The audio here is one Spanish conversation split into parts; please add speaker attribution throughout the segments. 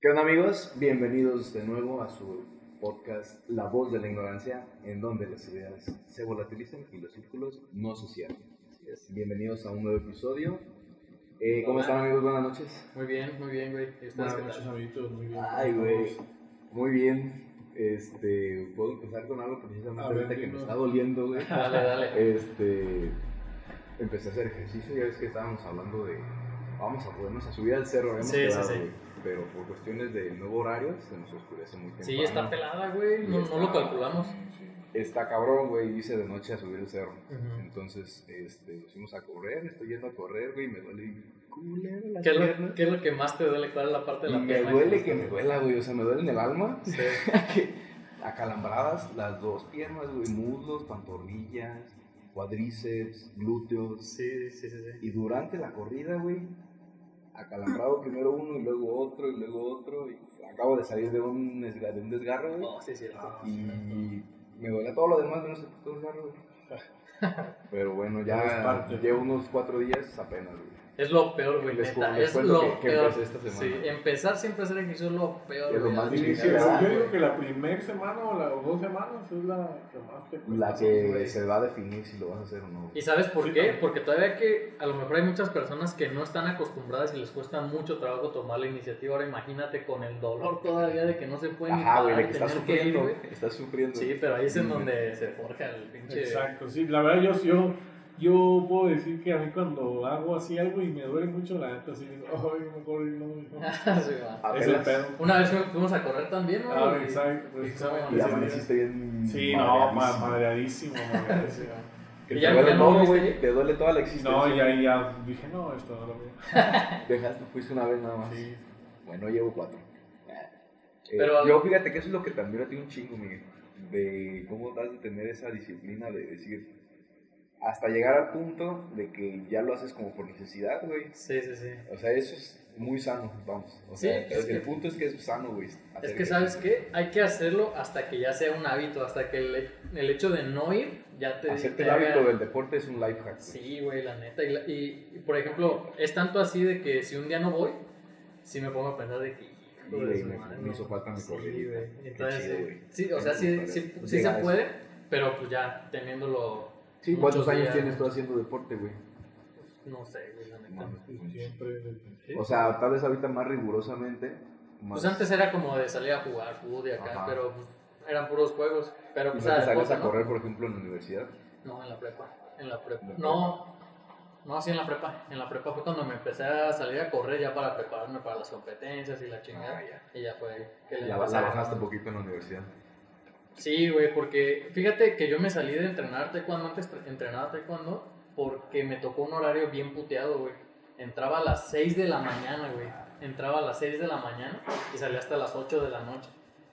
Speaker 1: ¿Qué onda amigos? Bienvenidos de nuevo a su podcast La voz de la ignorancia, en donde las ideas se volatilizan y los círculos no se cierran. Así es. Bienvenidos a un nuevo episodio. Eh, ¿Cómo
Speaker 2: Hola.
Speaker 1: están amigos? Buenas noches.
Speaker 2: Muy bien, muy bien, güey. ¿Y ustedes
Speaker 3: Buenas
Speaker 2: qué
Speaker 3: noches,
Speaker 2: tal?
Speaker 3: amiguitos. Muy bien.
Speaker 1: Ay, güey. Muy bien. Este, puedo empezar con algo precisamente
Speaker 3: A ver,
Speaker 1: ahorita que me
Speaker 3: dilo.
Speaker 1: está doliendo, güey.
Speaker 2: Dale, dale.
Speaker 1: Este, empecé a hacer ejercicio, ya ves que estábamos hablando de vamos a podernos a subir al cerro, habíamos
Speaker 2: Sí, sí,
Speaker 1: quedado,
Speaker 2: sí.
Speaker 1: güey. pero por cuestiones de nuevo horario se nos oscurece muy temprano.
Speaker 2: Sí, está pelada, güey. No, no lo calculamos.
Speaker 1: Está cabrón, güey, dice de noche a subir el cerro.
Speaker 2: Ujú.
Speaker 1: Entonces, este, nos fuimos a correr, estoy yendo a correr, güey, y me duele culero la
Speaker 2: ¿Qué es,
Speaker 1: pierna.
Speaker 2: lo, ¿Qué es lo que más te duele? ¿Cuál es la parte de
Speaker 1: Y
Speaker 2: la
Speaker 1: me
Speaker 2: pierna?
Speaker 1: duele que me duela, güey, o sea, me duele en el alma.
Speaker 2: Sí.
Speaker 1: que acalambradas las dos piernas, güey, muslos, pantorrillas, cuadríceps, glúteos.
Speaker 2: Sí, sí, sí, sí.
Speaker 1: Y durante la corrida, güey, acalambrado primero uno y luego otro y luego otro. Y acabo de salir de un, desga- de un desgarro, güey.
Speaker 2: Oh, sí, sí.
Speaker 3: Ah,
Speaker 1: Y me duele todo lo demás, menos el puto desgarro, güey. Pero bueno,
Speaker 3: Es
Speaker 1: ya
Speaker 3: parte.
Speaker 1: llevo unos cuatro días apenas, güey.
Speaker 2: Es lo peor, güey.
Speaker 1: Les, cu-
Speaker 2: Neta.
Speaker 1: les
Speaker 2: Es
Speaker 1: cuento
Speaker 2: lo
Speaker 1: que, que
Speaker 2: peor.
Speaker 1: empecé esta
Speaker 2: Sí,
Speaker 1: semana.
Speaker 2: empezar siempre a hacer ejercicio es lo peor.
Speaker 1: Es lo
Speaker 2: güey,
Speaker 1: más
Speaker 2: a la
Speaker 1: difícil,
Speaker 3: Sí,
Speaker 2: chingada,
Speaker 1: ¿verdad?
Speaker 3: yo digo
Speaker 2: güey.
Speaker 3: que la primera semana o la o dos semanas es la que más te cuesta.
Speaker 1: La que
Speaker 3: güey.
Speaker 1: se va a definir si lo vas a hacer o no.
Speaker 2: ¿Y sabes por
Speaker 3: Sí,
Speaker 2: qué?
Speaker 3: no.
Speaker 2: Porque todavía que a lo mejor hay muchas personas que no están acostumbradas y les cuesta mucho trabajo tomar la iniciativa. Ahora imagínate con el dolor todavía de que no se pueden ni
Speaker 1: Ajá, güey,
Speaker 2: parar
Speaker 1: de
Speaker 2: y
Speaker 1: que estás
Speaker 2: tener que ir,
Speaker 1: sufriendo.
Speaker 2: güey.
Speaker 1: estás sufriendo.
Speaker 2: Sí, pero ahí es en donde se forja el pinche.
Speaker 3: Exacto, sí. La verdad, yo, yo, yo puedo decir que a mí cuando hago así algo y me duele mucho la neta, así digo, ay, mejor no. no".
Speaker 2: Sí, va.
Speaker 3: Es el
Speaker 1: Apenas-
Speaker 3: pedo.
Speaker 2: Una vez fu- fuimos a correr también, ¿no?
Speaker 3: Ah,
Speaker 2: Y-
Speaker 3: exacto. pues,
Speaker 2: Sí, no,
Speaker 1: Y
Speaker 2: sí,
Speaker 1: amaneciste bien.
Speaker 3: Sí, no, ma-
Speaker 1: madreadísimo.
Speaker 3: madreadísimo. madreadísimo.
Speaker 1: Que
Speaker 2: Y
Speaker 1: te
Speaker 2: ya-
Speaker 1: duele
Speaker 2: ya no
Speaker 1: todo,
Speaker 2: volviste.
Speaker 1: güey. Te duele toda la
Speaker 3: No,
Speaker 1: existencia.
Speaker 3: y ahí ya dije, no, esto no lo veo.
Speaker 1: Dejaste, fuiste una vez nada más.
Speaker 3: Sí.
Speaker 1: Bueno, llevo cuatro. Eh,
Speaker 2: Pero-
Speaker 1: yo fíjate que eso es lo que también a ti un chingo, Miguel. De cómo vas de tener esa disciplina de decir. Hasta llegar al punto de que ya lo haces como por necesidad, güey.
Speaker 2: Sí, sí, sí.
Speaker 1: O sea, eso es muy sano, vamos. O
Speaker 2: Sí,
Speaker 1: sea,
Speaker 2: es
Speaker 1: el
Speaker 2: que-
Speaker 1: punto es que es sano, güey.
Speaker 2: Es
Speaker 1: hacer
Speaker 2: que, ¿sabes
Speaker 1: ejercicio.
Speaker 2: qué? Hay que hacerlo hasta que ya sea un hábito, hasta que el, el hecho de no ir ya te.
Speaker 1: Hacerte
Speaker 2: te
Speaker 1: el
Speaker 2: haga-
Speaker 1: hábito del deporte es un life hack. güey.
Speaker 2: Eh, Sí, güey, la neta. Y, la- y- y, por ejemplo, es tanto así de que si un día no voy, sí me pongo a pensar de que. hijo de
Speaker 1: Güey,
Speaker 2: su
Speaker 1: me-
Speaker 2: madre,
Speaker 1: me
Speaker 2: no.
Speaker 1: hizo falta mi
Speaker 2: Sí,
Speaker 1: corridita.
Speaker 2: güey.
Speaker 1: Qué
Speaker 2: Entonces,
Speaker 1: chido,
Speaker 2: sí,
Speaker 1: güey.
Speaker 2: sí, o sea, sí,
Speaker 1: Entonces,
Speaker 2: sí,
Speaker 1: para
Speaker 2: sí se
Speaker 1: llegar a eso.
Speaker 2: puede, pero pues ya teniéndolo,
Speaker 1: Sí, ¿cuántos
Speaker 2: Muchos
Speaker 1: años
Speaker 2: días.
Speaker 1: tienes tú haciendo deporte, güey?
Speaker 2: no sé, güey, la neta.
Speaker 1: Mames, pues,
Speaker 3: Siempre.
Speaker 1: O sea, tal vez ahorita más rigurosamente. Más...
Speaker 2: Pues antes era como de salir a jugar fútbol y acá,
Speaker 1: Ajá.
Speaker 2: pero pues, eran puros juegos. Pero
Speaker 1: ¿Y no
Speaker 2: pues
Speaker 1: te
Speaker 2: era
Speaker 1: salías
Speaker 2: deporte,
Speaker 1: a
Speaker 2: ¿no?
Speaker 1: correr, por ejemplo, en la universidad?
Speaker 2: No, en la prepa. En la prepa.
Speaker 1: ¿En la prepa?
Speaker 2: No, no, sí, en la prepa. En la prepa fue cuando me empecé a salir a correr ya para prepararme para las competencias y la chingada.
Speaker 1: Ah, ya.
Speaker 2: Y ya fue que le
Speaker 1: La, la
Speaker 2: empecé a-
Speaker 1: bajaste un poquito en la universidad.
Speaker 2: Sí, güey, porque fíjate que yo me salí de entrenar taekwondo, antes tre- entrenaba taekwondo, porque me tocó un horario bien puteado, güey. Entraba a las 6 de la mañana, güey. Entraba a las 6 de la mañana y salía hasta las 8 de la noche.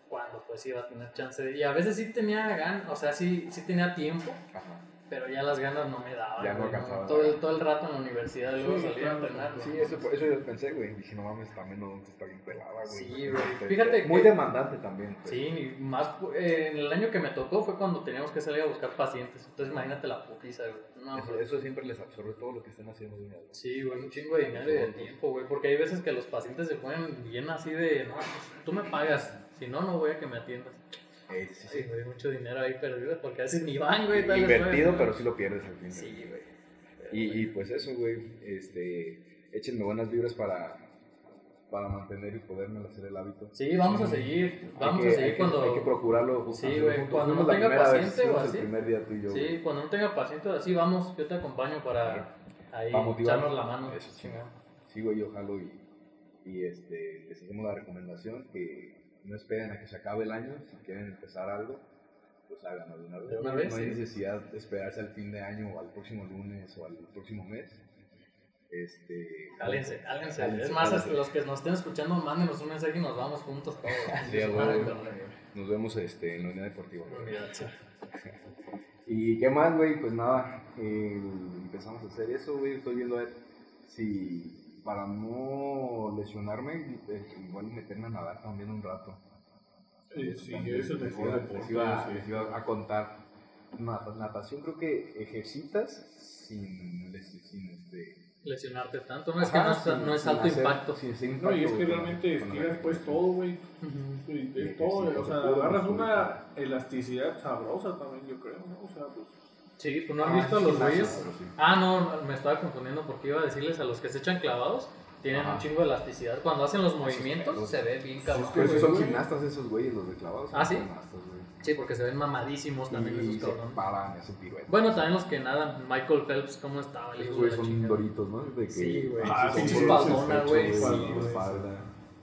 Speaker 2: Cuando pues iba a tener chance de... Y a veces sí tenía ganas, o sea, sí, sí tenía tiempo,
Speaker 1: Ajá.
Speaker 2: pero ya las ganas no me daban.
Speaker 1: Ya no
Speaker 2: güey,
Speaker 1: alcanzaba.
Speaker 2: Todo, el- todo el rato en la universidad, luego
Speaker 3: Sí,
Speaker 2: salía a
Speaker 3: claro.
Speaker 2: entrenar. güey.
Speaker 1: Sí, eso, eso yo pensé, güey. Dije, no mames, también no está bien pelada, güey.
Speaker 2: Sí, güey.
Speaker 1: Este,
Speaker 2: Fíjate
Speaker 1: Muy
Speaker 2: que-
Speaker 1: demandante también. pues. güey.
Speaker 2: Sí, y más eh, en el año que me tocó fue cuando teníamos que salir a buscar pacientes. Entonces imagínate la putiza, güey. No,
Speaker 1: Eso,
Speaker 2: güey.
Speaker 1: eso siempre les absorbe todo lo que estén haciendo, güey.
Speaker 2: Sí, güey, un chingo de dinero y de tiempo, güey. Porque hay veces que los pacientes se ponen bien así de, no, pues, tú me pagas. Si no, no voy a que me atiendas.
Speaker 1: Eh, sí,
Speaker 2: Sí,
Speaker 1: sí.
Speaker 2: güey, mucho dinero ahí perdido porque a veces ni van, güey. tal vez,
Speaker 1: Invertido,
Speaker 2: güey.
Speaker 1: pero sí lo pierdes al fin. güey.
Speaker 2: Sí, güey.
Speaker 1: Y, y pues eso, güey, este, échenme buenas vibras para, para mantener y poderme hacer el hábito.
Speaker 2: Sí, vamos a
Speaker 1: Sí.
Speaker 2: seguir.
Speaker 1: Hay
Speaker 2: Vamos
Speaker 1: que-
Speaker 2: a
Speaker 1: hay
Speaker 2: seguir
Speaker 1: que-
Speaker 2: cuando...
Speaker 1: Hay que procurarlo. justo,
Speaker 2: Sí,
Speaker 1: hacerlo
Speaker 2: güey,
Speaker 1: juntos.
Speaker 2: cuando
Speaker 1: Fuimos
Speaker 2: no
Speaker 1: la
Speaker 2: tenga
Speaker 1: primera vez,
Speaker 2: paciente o
Speaker 1: fuimos
Speaker 2: así.
Speaker 1: El primer día tú y yo.
Speaker 2: Sí, cuando no tenga paciente así, vamos, yo te acompaño para ahí
Speaker 1: Para motivar.
Speaker 2: echarnos la mano.
Speaker 1: Eso,
Speaker 2: Sí, güey.
Speaker 1: Sí, güey, yo jalo y, y este, les hacemos la recomendación que no esperen a que se acabe el año. Si quieren empezar algo, pues háganlo de una vez.
Speaker 2: De una vez,
Speaker 1: no hay
Speaker 2: sí.
Speaker 1: necesidad de esperarse al fin de año o al próximo lunes o al próximo mes. Este,
Speaker 2: Cálense, cálense.
Speaker 1: Cálense,
Speaker 2: Es más,
Speaker 1: cálense.
Speaker 2: los que nos estén escuchando, mándenos un mensaje y nos vamos juntos todos.
Speaker 1: Sí,
Speaker 2: Sí,
Speaker 1: güey.
Speaker 2: güey.
Speaker 1: Nos vemos este, en la unidad deportiva. güey.
Speaker 2: Mira, sí.
Speaker 1: ¿Y qué más, güey? Pues nada, eh, empezamos a hacer eso, güey. Estoy viendo a ver si para no lesionarme, eh, igual meterme a nadar también un rato.
Speaker 3: Sí, sí,
Speaker 1: También
Speaker 3: es el
Speaker 1: les
Speaker 3: mejor
Speaker 1: iba-
Speaker 3: deporte.
Speaker 1: Les iba,
Speaker 3: sí.
Speaker 1: les iba a contar. Na- natación creo que ejercitas sin, les- sin, este,
Speaker 2: lesionarte tanto. No es que no, es- no es alto impacto.
Speaker 1: Sí, sin
Speaker 3: No, y es
Speaker 1: impacto, güey,
Speaker 3: que realmente
Speaker 1: con-
Speaker 3: estiras
Speaker 1: con-
Speaker 3: pues todo, güey.
Speaker 2: Ujú.
Speaker 3: Sí,
Speaker 1: Y
Speaker 3: de
Speaker 1: ejercicios
Speaker 3: todo, o
Speaker 1: de
Speaker 3: sea,
Speaker 1: puro
Speaker 3: agarras
Speaker 1: músculo.
Speaker 3: una elasticidad sabrosa también, yo creo, ¿no? O sea, pues.
Speaker 2: Sí, pues no han
Speaker 3: Ah,
Speaker 2: visto a los
Speaker 3: gimnasio,
Speaker 2: güeyes.
Speaker 1: pero sí.
Speaker 2: Ah, no, me estaba confundiendo porque iba a decirles a los que se echan clavados. Tienen
Speaker 1: Ajá.
Speaker 2: un chingo de elasticidad. Cuando hacen los movimientos
Speaker 1: perros.
Speaker 2: se ve bien
Speaker 1: Pero
Speaker 2: cabrón.
Speaker 1: es que esos
Speaker 3: güey,
Speaker 1: Pues, son
Speaker 3: güey.
Speaker 1: gimnastas esos güeyes, los de clavados.
Speaker 2: Ah, ¿sí?
Speaker 1: Son gimnastas, güey.
Speaker 2: Sí, porque se ven mamadísimos también
Speaker 1: Y
Speaker 2: esos
Speaker 1: se
Speaker 2: cabrones.
Speaker 1: paran, hacen piruetas.
Speaker 2: Bueno, también los que nadan. Michael Phelps, ¿cómo estaba? El
Speaker 1: Esos
Speaker 2: hijo de
Speaker 1: güeyes
Speaker 2: la
Speaker 1: son
Speaker 2: chingada.
Speaker 1: doritos, ¿no? De que,
Speaker 2: Sí, güey.
Speaker 3: Ah,
Speaker 1: son
Speaker 3: pinche
Speaker 1: por
Speaker 2: espaldona,
Speaker 1: los
Speaker 2: güey,
Speaker 1: pechos,
Speaker 2: sí,
Speaker 1: la
Speaker 3: güey.
Speaker 1: espalda.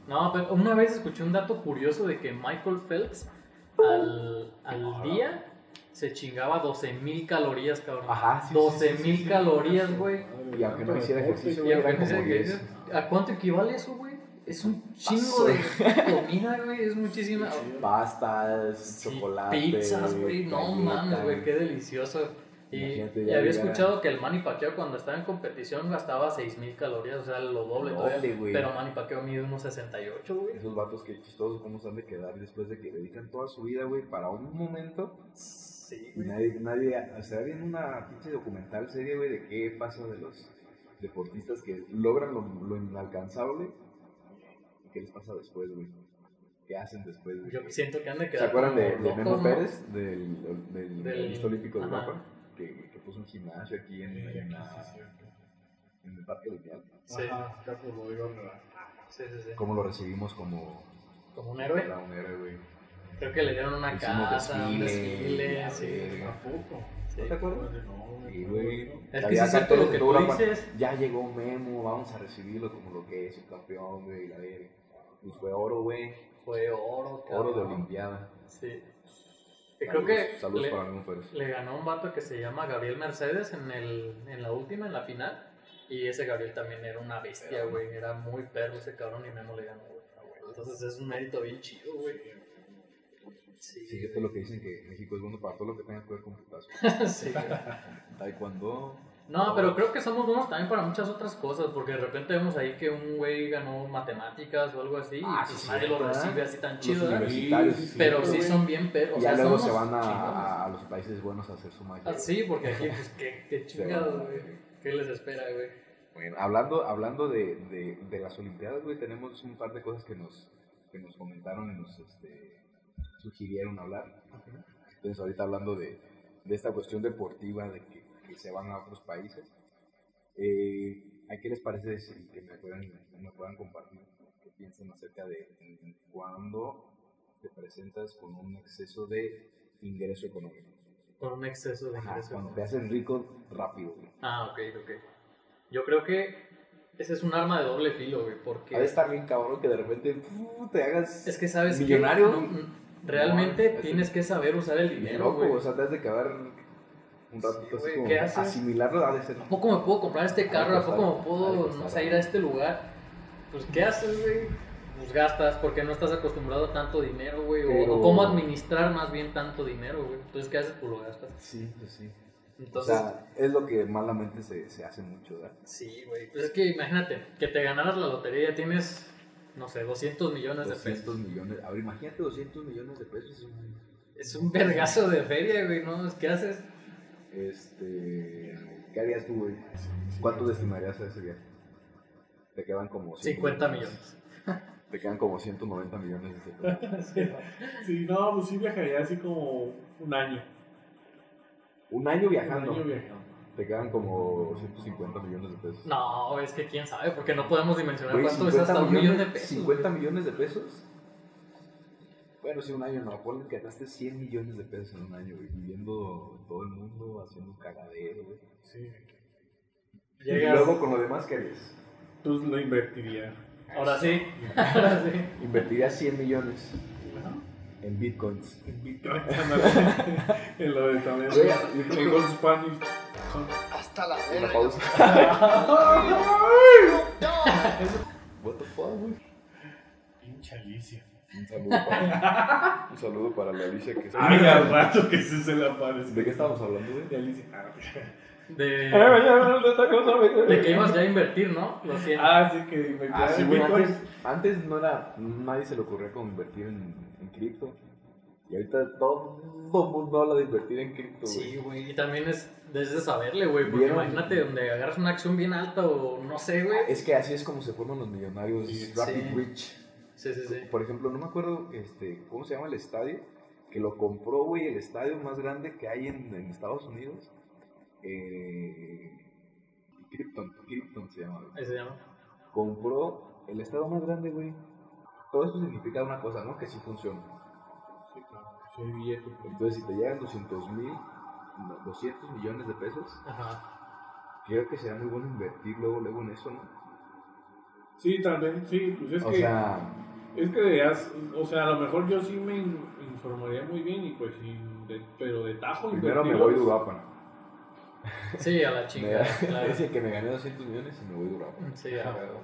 Speaker 2: No, pero una vez escuché un dato curioso de que Michael Phelps al, al día se chingaba 12.000 calorías, cabrón.
Speaker 1: Ajá, sí,
Speaker 2: 12.000
Speaker 1: sí, sí, sí, sí.
Speaker 2: calorías, güey.
Speaker 1: Y aunque no hiciera ejercicio,
Speaker 2: Y
Speaker 1: güey,
Speaker 2: al
Speaker 1: eran
Speaker 2: final
Speaker 1: como
Speaker 2: dice que
Speaker 1: 10.
Speaker 2: dices, ¿A cuánto equivale eso, güey? Es un chingo
Speaker 1: Paso.
Speaker 2: de comida, güey. Es muchísima.
Speaker 1: Pastas,
Speaker 2: Sí,
Speaker 1: chocolate.
Speaker 2: Pizzas, güey. No
Speaker 1: galletas.
Speaker 2: mames, güey. Qué delicioso. Y,
Speaker 1: Imagínate,
Speaker 2: y
Speaker 1: ya
Speaker 2: había
Speaker 1: llegar a-
Speaker 2: escuchado que el Manny Pacquiao cuando estaba en competición gastaba 6.000 calorías, o sea, lo doble todavía.
Speaker 1: Doble, güey.
Speaker 2: Pero Manny Pacquiao mide unos 68, güey.
Speaker 1: Esos vatos que chistosos, cómo se han de quedar después de que dedican toda su vida, güey, para un momento.
Speaker 2: Sí,
Speaker 1: Y
Speaker 2: güey.
Speaker 1: nadie, nadie, o sea, viene una pinche documental serie, güey, de qué pasa de los deportistas que logran lo, lo inalcanzable y qué les pasa después, güey. ¿Qué hacen después, güey?
Speaker 2: Yo siento que han de
Speaker 1: ¿Se
Speaker 2: quedar.
Speaker 1: acuerdan
Speaker 2: como
Speaker 1: de, de
Speaker 2: locos,
Speaker 1: Memo
Speaker 2: ¿no?
Speaker 1: Pérez, del, del, del
Speaker 2: Del-
Speaker 1: medallista olímpico de
Speaker 2: ajá.
Speaker 1: Rafa? Que, que puso un gimnasio aquí en, en, la- en el Parque Lineal.
Speaker 2: Sí,
Speaker 3: pues, lo iba a negar.
Speaker 2: sí, sí, sí.
Speaker 1: ¿Cómo lo recibimos como
Speaker 2: Como un héroe.
Speaker 1: era un héroe, güey?
Speaker 2: Creo que le dieron una
Speaker 1: Hicimos
Speaker 2: casa, un
Speaker 1: desfile,
Speaker 2: desfile.
Speaker 1: la
Speaker 2: Sí,
Speaker 1: verga.
Speaker 3: Tampoco.
Speaker 2: sí.
Speaker 1: ¿No te acuerdas?
Speaker 3: Bueno, no,
Speaker 1: Y,
Speaker 3: güey.
Speaker 1: güey,
Speaker 2: Es que sí
Speaker 1: había
Speaker 2: es cierto lo que tú
Speaker 1: carteles de
Speaker 2: dices.
Speaker 1: Ya llegó Memo, vamos a recibirlo como lo que es, un campeón, güey, la verga. Y fue oro, güey,
Speaker 2: Fue oro, cabrón.
Speaker 1: oro de Olimpiada.
Speaker 2: Sí. Que Creo que
Speaker 1: Saludos- Saludos
Speaker 2: le,
Speaker 1: para Memo Pérez.
Speaker 2: le ganó un vato que se llama Gabriel Mercedes en, el, en la última, en la final. Y ese Gabriel también era una bestia,
Speaker 1: Pero- Ah,
Speaker 2: güey. Era muy perro ese cabrón y Memo le ganó, güey. Entonces es un mérito bien chido, güey. Sí,
Speaker 1: Sí, esto es lo que dicen que México es bueno para todo lo que tenga que ver con putazo.
Speaker 2: sí, güey.
Speaker 1: Taekwondo.
Speaker 2: No, pero creo que somos buenos también para muchas otras cosas, porque de repente vemos ahí que un güey ganó matemáticas o algo así,
Speaker 1: Ah,
Speaker 2: y pues
Speaker 1: sí,
Speaker 2: nadie
Speaker 1: sí,
Speaker 2: lo
Speaker 1: ¿verdad?
Speaker 2: recibe así tan
Speaker 1: Los
Speaker 2: chido, ¿verdad?
Speaker 1: universitarios. Universitarios,
Speaker 3: Sí, sí,
Speaker 2: pero
Speaker 3: güey.
Speaker 2: sí son bien perros.
Speaker 1: Y
Speaker 2: o
Speaker 1: ya
Speaker 2: sea,
Speaker 1: luego
Speaker 2: somos
Speaker 1: se van a,
Speaker 2: chingones.
Speaker 1: a- a los países buenos a hacer su magia.
Speaker 2: Ah, sí, porque aquí, pues, qué, qué
Speaker 1: Se van a-
Speaker 2: chingados, güey. ¿Qué les espera, güey?
Speaker 1: Bueno, hablando, hablando de, de, de las Olimpiadas, güey, tenemos un par de cosas que nos, que nos comentaron y nos este, sugirieron hablar. Entonces, ahorita hablando de, de esta cuestión deportiva, de que, que se van a otros países, eh, ¿a qué les parece si que me puedan, me puedan compartir qué piensan acerca de en- cuando te presentas con un exceso de ingreso económico?
Speaker 2: Con un exceso de
Speaker 1: Ajá,
Speaker 2: ingreso.
Speaker 1: cuando te haces rico rápido, güey.
Speaker 2: Ah, ok, ok. Yo creo que ese es un arma de doble filo, güey, porque...
Speaker 1: Ha de estar bien cabrón que de repente fu, te hagas
Speaker 2: Es que, ¿sabes qué?
Speaker 1: millonario.
Speaker 2: No, mm, realmente
Speaker 1: No, es-
Speaker 2: tienes que saber usar el
Speaker 1: bien
Speaker 2: dinero,
Speaker 1: loco,
Speaker 2: güey.
Speaker 1: o sea, te has de quedar un ratito
Speaker 2: Sí,
Speaker 1: así
Speaker 2: güey,
Speaker 1: como
Speaker 2: ¿qué haces?
Speaker 1: asimilarlo, ha de ser
Speaker 2: ¿A poco me puedo comprar este carro? ¿A poco me
Speaker 1: Ha de
Speaker 2: puedo,
Speaker 1: costar,
Speaker 2: no
Speaker 1: ha
Speaker 2: sé,
Speaker 1: de
Speaker 2: ir a este lugar? Pues, ¿qué haces, güey? Pues gastas, porque no estás acostumbrado a tanto dinero, güey. o- O,
Speaker 1: Pero-
Speaker 2: cómo administrar más bien tanto dinero, güey. Entonces, ¿qué haces? Pues lo gastas.
Speaker 1: Sí, pues sí. O
Speaker 2: Entonces,
Speaker 1: sea, es lo que malamente se, se hace mucho, ¿verdad?
Speaker 2: sí, güey. Pues es que imagínate, que te ganaras la lotería, tienes, no sé, 200 millones de pesos.
Speaker 1: 200 millones. Ahora imagínate 200 millones de pesos. es un-
Speaker 2: Es un vergazo de feria, güey, ¿no? ¿Qué haces?
Speaker 1: Este, ¿Qué harías tú, güey? ¿Cuánto destinarías a ese viaje? Te quedan como
Speaker 2: 50
Speaker 1: 190
Speaker 2: millones.
Speaker 1: Te quedan como 190 millones de pesos.
Speaker 3: Sí, no, pues sí viajaría así como un año.
Speaker 1: Un año
Speaker 3: Un año
Speaker 1: viajando.
Speaker 3: viajando.
Speaker 1: Te quedan como 150 millones de pesos.
Speaker 2: No, es que quién sabe, porque no podemos dimensionar
Speaker 1: Güey,
Speaker 2: cuánto es hasta un millón de pesos. güey.
Speaker 1: 50 millones de pesos. Bueno, si un año no, ponle que gastaste 100 millones de pesos en un año, güey, viviendo en todo el mundo, haciendo un cagadero, güey.
Speaker 3: Sí.
Speaker 1: Y
Speaker 2: Llegas-
Speaker 1: luego con lo demás, ¿qué harías?
Speaker 3: Pues lo invertiría.
Speaker 2: Ahora sí, ahora sí.
Speaker 1: Invertirías 100 millones en bitcoins.
Speaker 3: En Bitcoin, ándale. en lo de también.
Speaker 1: Güey,
Speaker 3: En Gold Spanish.
Speaker 4: Hasta la
Speaker 1: Una
Speaker 4: verga.
Speaker 1: pausa.
Speaker 4: No.
Speaker 1: What the fuck, güey.
Speaker 3: Pinche Alicia.
Speaker 1: Un saludo para, un saludo para la Alicia que
Speaker 3: Ay, al rato que se se le aparece.
Speaker 1: ¿De qué estábamos hablando, güey?
Speaker 3: De Alicia. Ah,
Speaker 2: De, de que ibas ya a invertir, ¿no? Lo siento.
Speaker 3: Ah, sí, que invertiría
Speaker 1: Ah, sí,
Speaker 3: en
Speaker 1: güey,
Speaker 3: Bitcoin.
Speaker 1: antes, antes no era, nadie se le ocurría convertir en, en cripto. Y ahorita todo el mundo habla de invertir en cripto, güey.
Speaker 2: Sí, güey. Y también es desde saberle, güey. Porque
Speaker 1: Bien.
Speaker 2: imagínate donde agarras una acción bien alta o no sé, güey.
Speaker 1: Es que así es como se forman los millonarios
Speaker 2: Sí.
Speaker 1: Rapid
Speaker 2: Sí.
Speaker 1: Rich.
Speaker 2: Sí, sí, sí.
Speaker 1: Por ejemplo, no me acuerdo este, cómo se llama el estadio, que lo compró, güey, el estadio más grande que hay en, en Estados Unidos. Eh, Krypton, Krypton se llama. güey.
Speaker 2: Ahí se llama.
Speaker 1: Compró el estadio más grande, güey. Todo eso significa una cosa, ¿no? Que sí funciona.
Speaker 3: Sí, claro. Soy billete, güey.
Speaker 1: Entonces, si te llegan 200 mil, no, 200 millones de pesos,
Speaker 2: Ajá.
Speaker 1: creo que será muy bueno invertir luego, luego en eso, ¿no?
Speaker 3: Sí, también, sí, pues es
Speaker 1: o
Speaker 3: que.
Speaker 1: sea,
Speaker 3: Es que deberías, o sea, a lo mejor yo sí me in- informaría muy bien y pues, sí, de- pero de tajo.
Speaker 1: primero me
Speaker 3: invertirlo,
Speaker 1: voy a Uruapan.
Speaker 2: Sí, a la
Speaker 1: Me da-
Speaker 2: chingada, claro.
Speaker 1: Dice que me gané 200 millones y me voy a Uruapan.
Speaker 2: Sí, a huevo.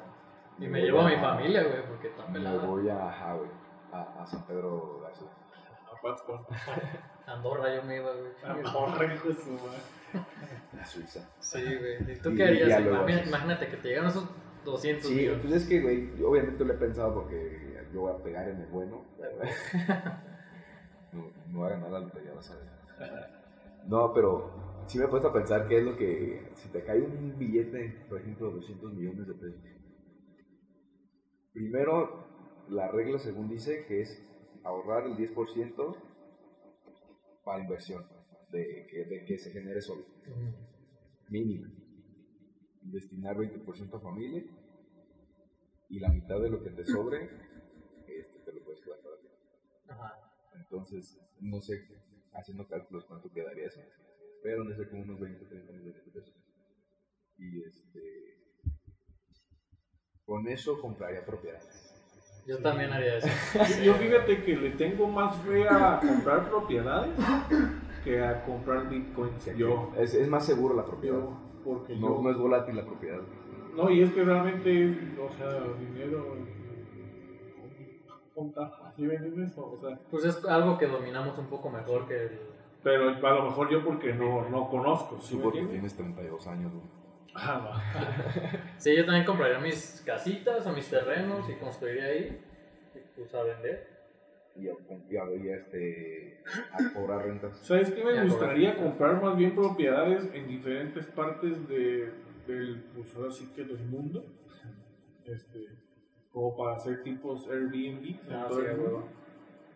Speaker 2: Y me
Speaker 1: voy
Speaker 2: llevo a mi familia, güey, porque está
Speaker 1: Me
Speaker 2: pelada.
Speaker 1: voy a, ajá, güey, a, a San Pedro Garza.
Speaker 3: A Pátzcuaro.
Speaker 2: Andorra yo me iba, güey.
Speaker 3: A Porra, Ah, hijo de su madre.
Speaker 1: A Suiza.
Speaker 2: Sí, güey. ¿Y tú
Speaker 1: Y
Speaker 2: qué harías?
Speaker 1: ya luego
Speaker 2: Imagina-
Speaker 1: haces.
Speaker 2: Imagínate que te llegan esos 200
Speaker 1: Sí,
Speaker 2: millones.
Speaker 1: pues es que, güey, yo obviamente lo he pensado porque yo voy a pegar en el bueno. pero- no, no voy a ganar la lotería, vas a ver. No, pero sí me he puesto a pensar qué es lo que, si te cae un billete, por ejemplo, 200 millones de pesos. Primero, la regla según dice que es ahorrar el 10% para inversión, de, que- de que se genere solo
Speaker 2: Ujú.
Speaker 1: mínimo. Destinar 20% a familia y la mitad de lo que te sobre este, te lo puedes quedar para ti.
Speaker 2: Ajá.
Speaker 1: Entonces, no sé, haciendo cálculos cuánto quedaría eso, pero no sé, como unos 20, 30 millones de pesos. Y este, con eso compraría propiedades.
Speaker 2: Yo también haría eso.
Speaker 3: Yo- Yo fíjate que le tengo más fe a comprar propiedades que a comprar bitcoins. Yo,
Speaker 1: Es, es más seguro la propiedad.
Speaker 3: yo, porque
Speaker 1: No,
Speaker 3: yo.
Speaker 1: no es volátil la propiedad.
Speaker 3: No, y es que realmente, o sea, dinero. eh, Conta, ¿sí me entiendes? O sea,
Speaker 2: Pues es algo que dominamos un poco mejor que el...
Speaker 3: pero a lo mejor yo porque no, no conozco, ¿sí
Speaker 1: Tú
Speaker 3: me
Speaker 1: porque
Speaker 3: entiendes?
Speaker 1: tienes 32 años, güey.
Speaker 3: Ah, va.
Speaker 2: Sí, yo también compraría mis casitas o mis terrenos y construiría ahí. y, Pues a vender.
Speaker 1: Y a, y a- y a, este, a cobrar rentas.
Speaker 3: ¿Sabes qué me
Speaker 2: Ya,
Speaker 3: gustaría
Speaker 2: correcto.
Speaker 3: comprar más bien propiedades en diferentes partes de, del, pues ahora sí que del mundo? Este, como para hacer tipos Airbnb. en
Speaker 2: Ah,
Speaker 3: todo
Speaker 2: sí,
Speaker 3: el
Speaker 2: a
Speaker 3: mundo.
Speaker 2: huevo.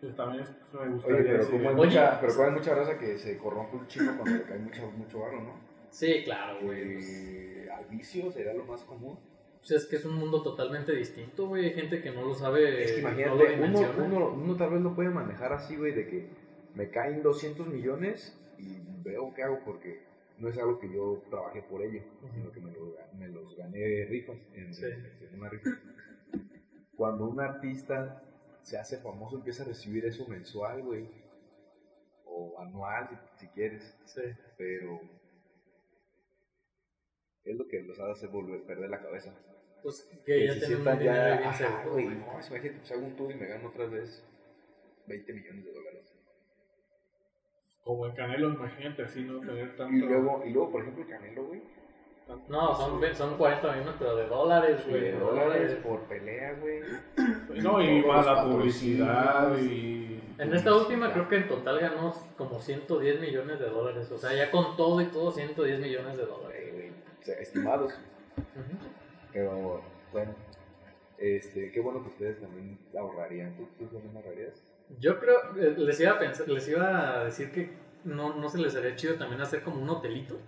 Speaker 3: Pues también es- me gustaría.
Speaker 1: Oye, pero
Speaker 3: ese-
Speaker 1: como hay
Speaker 2: Oye.
Speaker 1: mucha, pero como hay mucha raza que se corrompe un chingo cuando le cae mucho, mucho varo, ¿no?
Speaker 2: Sí, claro, güey. pues-
Speaker 1: Eh, al vicio será lo más común.
Speaker 2: Pues es que es un mundo totalmente distinto, güey. Hay gente que no lo sabe.
Speaker 1: es que
Speaker 2: no lo
Speaker 1: imagínate, uno,
Speaker 2: dimensiona.
Speaker 1: uno, uno tal vez lo puede manejar así, güey, de que me caen 200 millones y veo qué hago porque no es algo que yo trabajé por ello,
Speaker 2: Ujú.
Speaker 1: sino que me, lo ga- me los gané de rifas, en,
Speaker 2: Sí.
Speaker 1: en una rifa. Cuando un artista se hace famoso empieza a recibir eso mensual, güey, o anual, si- si quieres.
Speaker 2: Sí.
Speaker 1: pero es lo que los hace volver perder la cabeza.
Speaker 2: Pues que ya
Speaker 1: se
Speaker 2: tienen un
Speaker 1: sientan ya,
Speaker 2: dinero bien
Speaker 1: ajá,
Speaker 2: seguro,
Speaker 1: güey,
Speaker 2: güey.
Speaker 1: no, es, imagínate, pues hago un tour y me gano otra vez 20 millones de dólares.
Speaker 3: Como en Canelo, imagínate, así no tener tanto.
Speaker 1: Y luego, y luego por ejemplo, Canelo, güey,
Speaker 3: tanto-
Speaker 2: No, son, ve- son 40 millones, pero de dólares, güey.
Speaker 1: de dólares por pelea, güey.
Speaker 3: Pues, No, y
Speaker 1: todos
Speaker 3: más la
Speaker 1: los
Speaker 3: publicidad
Speaker 1: patrocinios.
Speaker 3: y.
Speaker 2: En esta última creo que en total ganó como 110 millones de dólares. O sea, ya con todo y todo, 110 millones de
Speaker 1: Güey,
Speaker 2: dólares.
Speaker 1: güey, o sea, estimados,
Speaker 2: Ujú.
Speaker 1: pero bueno, este, qué bueno que ustedes también ahorrarían. ¿Tú, tú también ahorrarías?
Speaker 2: Yo creo, eh, les iba a, pensar, les iba a decir que no, no se les haría chido también hacer como un hotelito.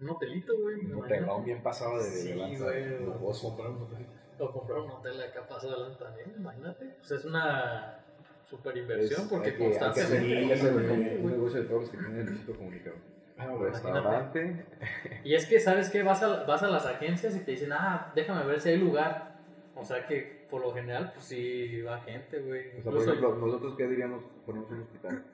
Speaker 2: Un hotelito, güey. me
Speaker 1: Un
Speaker 2: imagino.
Speaker 1: pelón bien pasado de,
Speaker 2: Sí,
Speaker 1: de lanza,
Speaker 2: güey.
Speaker 1: lujoso.
Speaker 2: O comprar un hotel acá pasado adelante también, imagínate. Pues es una super inversión
Speaker 1: Es-
Speaker 2: porque
Speaker 1: hay que- hay que
Speaker 2: constantemente.
Speaker 1: hacer- hay que hacer
Speaker 2: güey,
Speaker 1: un- un
Speaker 2: güey.
Speaker 1: negocio de todos los que tienen el Instituto Comunicador.
Speaker 3: Ah, bueno.
Speaker 1: Restaurante.
Speaker 2: Y es que, ¿sabes qué? Vas a, vas a las agencias y te dicen, ah, déjame ver si hay lugar. O sea que, por lo general, pues sí va gente, güey.
Speaker 1: O sea, por
Speaker 2: Incluso
Speaker 1: ejemplo, nosotros qué diríamos, ponemos un hospital,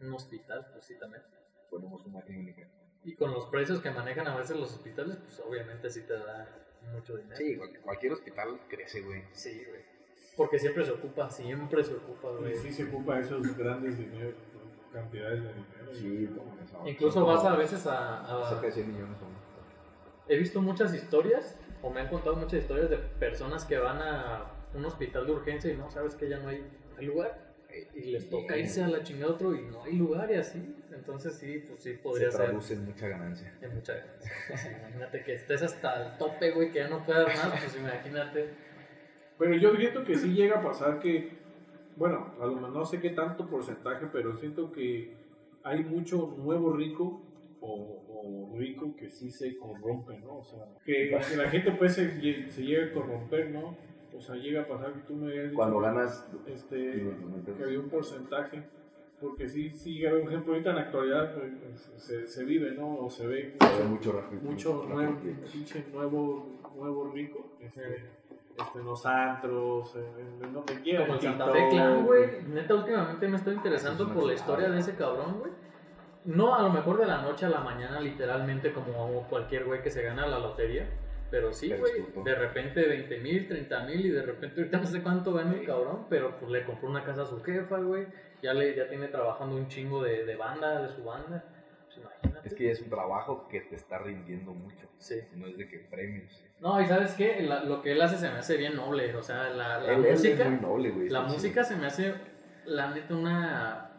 Speaker 2: un hospital, pues sí también.
Speaker 1: ponemos una clínica.
Speaker 2: Y con los precios que manejan a veces los hospitales, pues obviamente sí te da mucho dinero.
Speaker 1: Sí, cualquier hospital crece, güey.
Speaker 2: Sí, güey. Porque siempre se ocupa, siempre se ocupa,
Speaker 3: Y
Speaker 2: güey.
Speaker 3: sí se ocupa esos grandes dinero, cantidades de dinero.
Speaker 1: Sí, como que son-
Speaker 2: Incluso
Speaker 1: son
Speaker 2: vas a
Speaker 1: como
Speaker 2: veces a- a
Speaker 1: Cerca de 100 millones. son.
Speaker 2: he visto muchas historias, o me han contado muchas historias de personas que van a un hospital de urgencia y no sabes que ya no hay, hay lugar. y les toca irse a la chingada a otro y no hay lugar y así. Entonces sí, pues sí
Speaker 1: Se
Speaker 2: podría ser.
Speaker 1: traduce en mucha ganancia.
Speaker 2: En mucha ganancia. Sí, imagínate que estés hasta el tope, güey, que ya no puedas más, pues imagínate.
Speaker 3: Pero yo siento que sí llega a pasar que, bueno, a lo mejor no sé qué tanto porcentaje, pero siento que hay mucho nuevo rico o, o rico que sí se corrompe, ¿no? O sea, que, que la gente pues se, lle- se llega a corromper, ¿no? O sea, llega a pasar que tú me habías dicho,
Speaker 1: Cuando ganas,
Speaker 3: este, que
Speaker 1: digo,
Speaker 3: había un porcentaje, porque sí, sí, por ejemplo, ahorita en la actualidad pues, se, se vive, ¿no? O se ve
Speaker 1: se ve mucho rápido.
Speaker 3: mucho nuevo, pinche nuevo, nuevo rico, este, este, en los antros, en, en donde quiera.
Speaker 2: Como el
Speaker 3: en
Speaker 2: Santa
Speaker 3: TikTok,
Speaker 2: Fe Clan, güey. Neta, últimamente me estoy interesando por la historia de ese cabrón, güey. No a lo mejor de la noche a la mañana, literalmente, como cualquier güey que se gana la lotería. Pero sí,
Speaker 1: Pero
Speaker 2: güey.
Speaker 1: estuvo.
Speaker 2: De repente 20 mil, 30 mil y de repente ahorita no sé cuánto gana el cabrón, pero pues le compró una casa a su jefa, güey. Ya, le, ya tiene trabajando un chingo de, de banda, de su banda. Pues imagínate.
Speaker 1: Es que es un trabajo que te está rindiendo mucho.
Speaker 2: Sí.
Speaker 1: No es de que premios.
Speaker 2: No, y sabes qué, La- lo que él hace se me hace bien noble. O sea, la, la
Speaker 1: Él- él
Speaker 2: música...
Speaker 1: es muy noble, güey. está
Speaker 2: La
Speaker 1: chido.
Speaker 2: música se me hace, la neta, una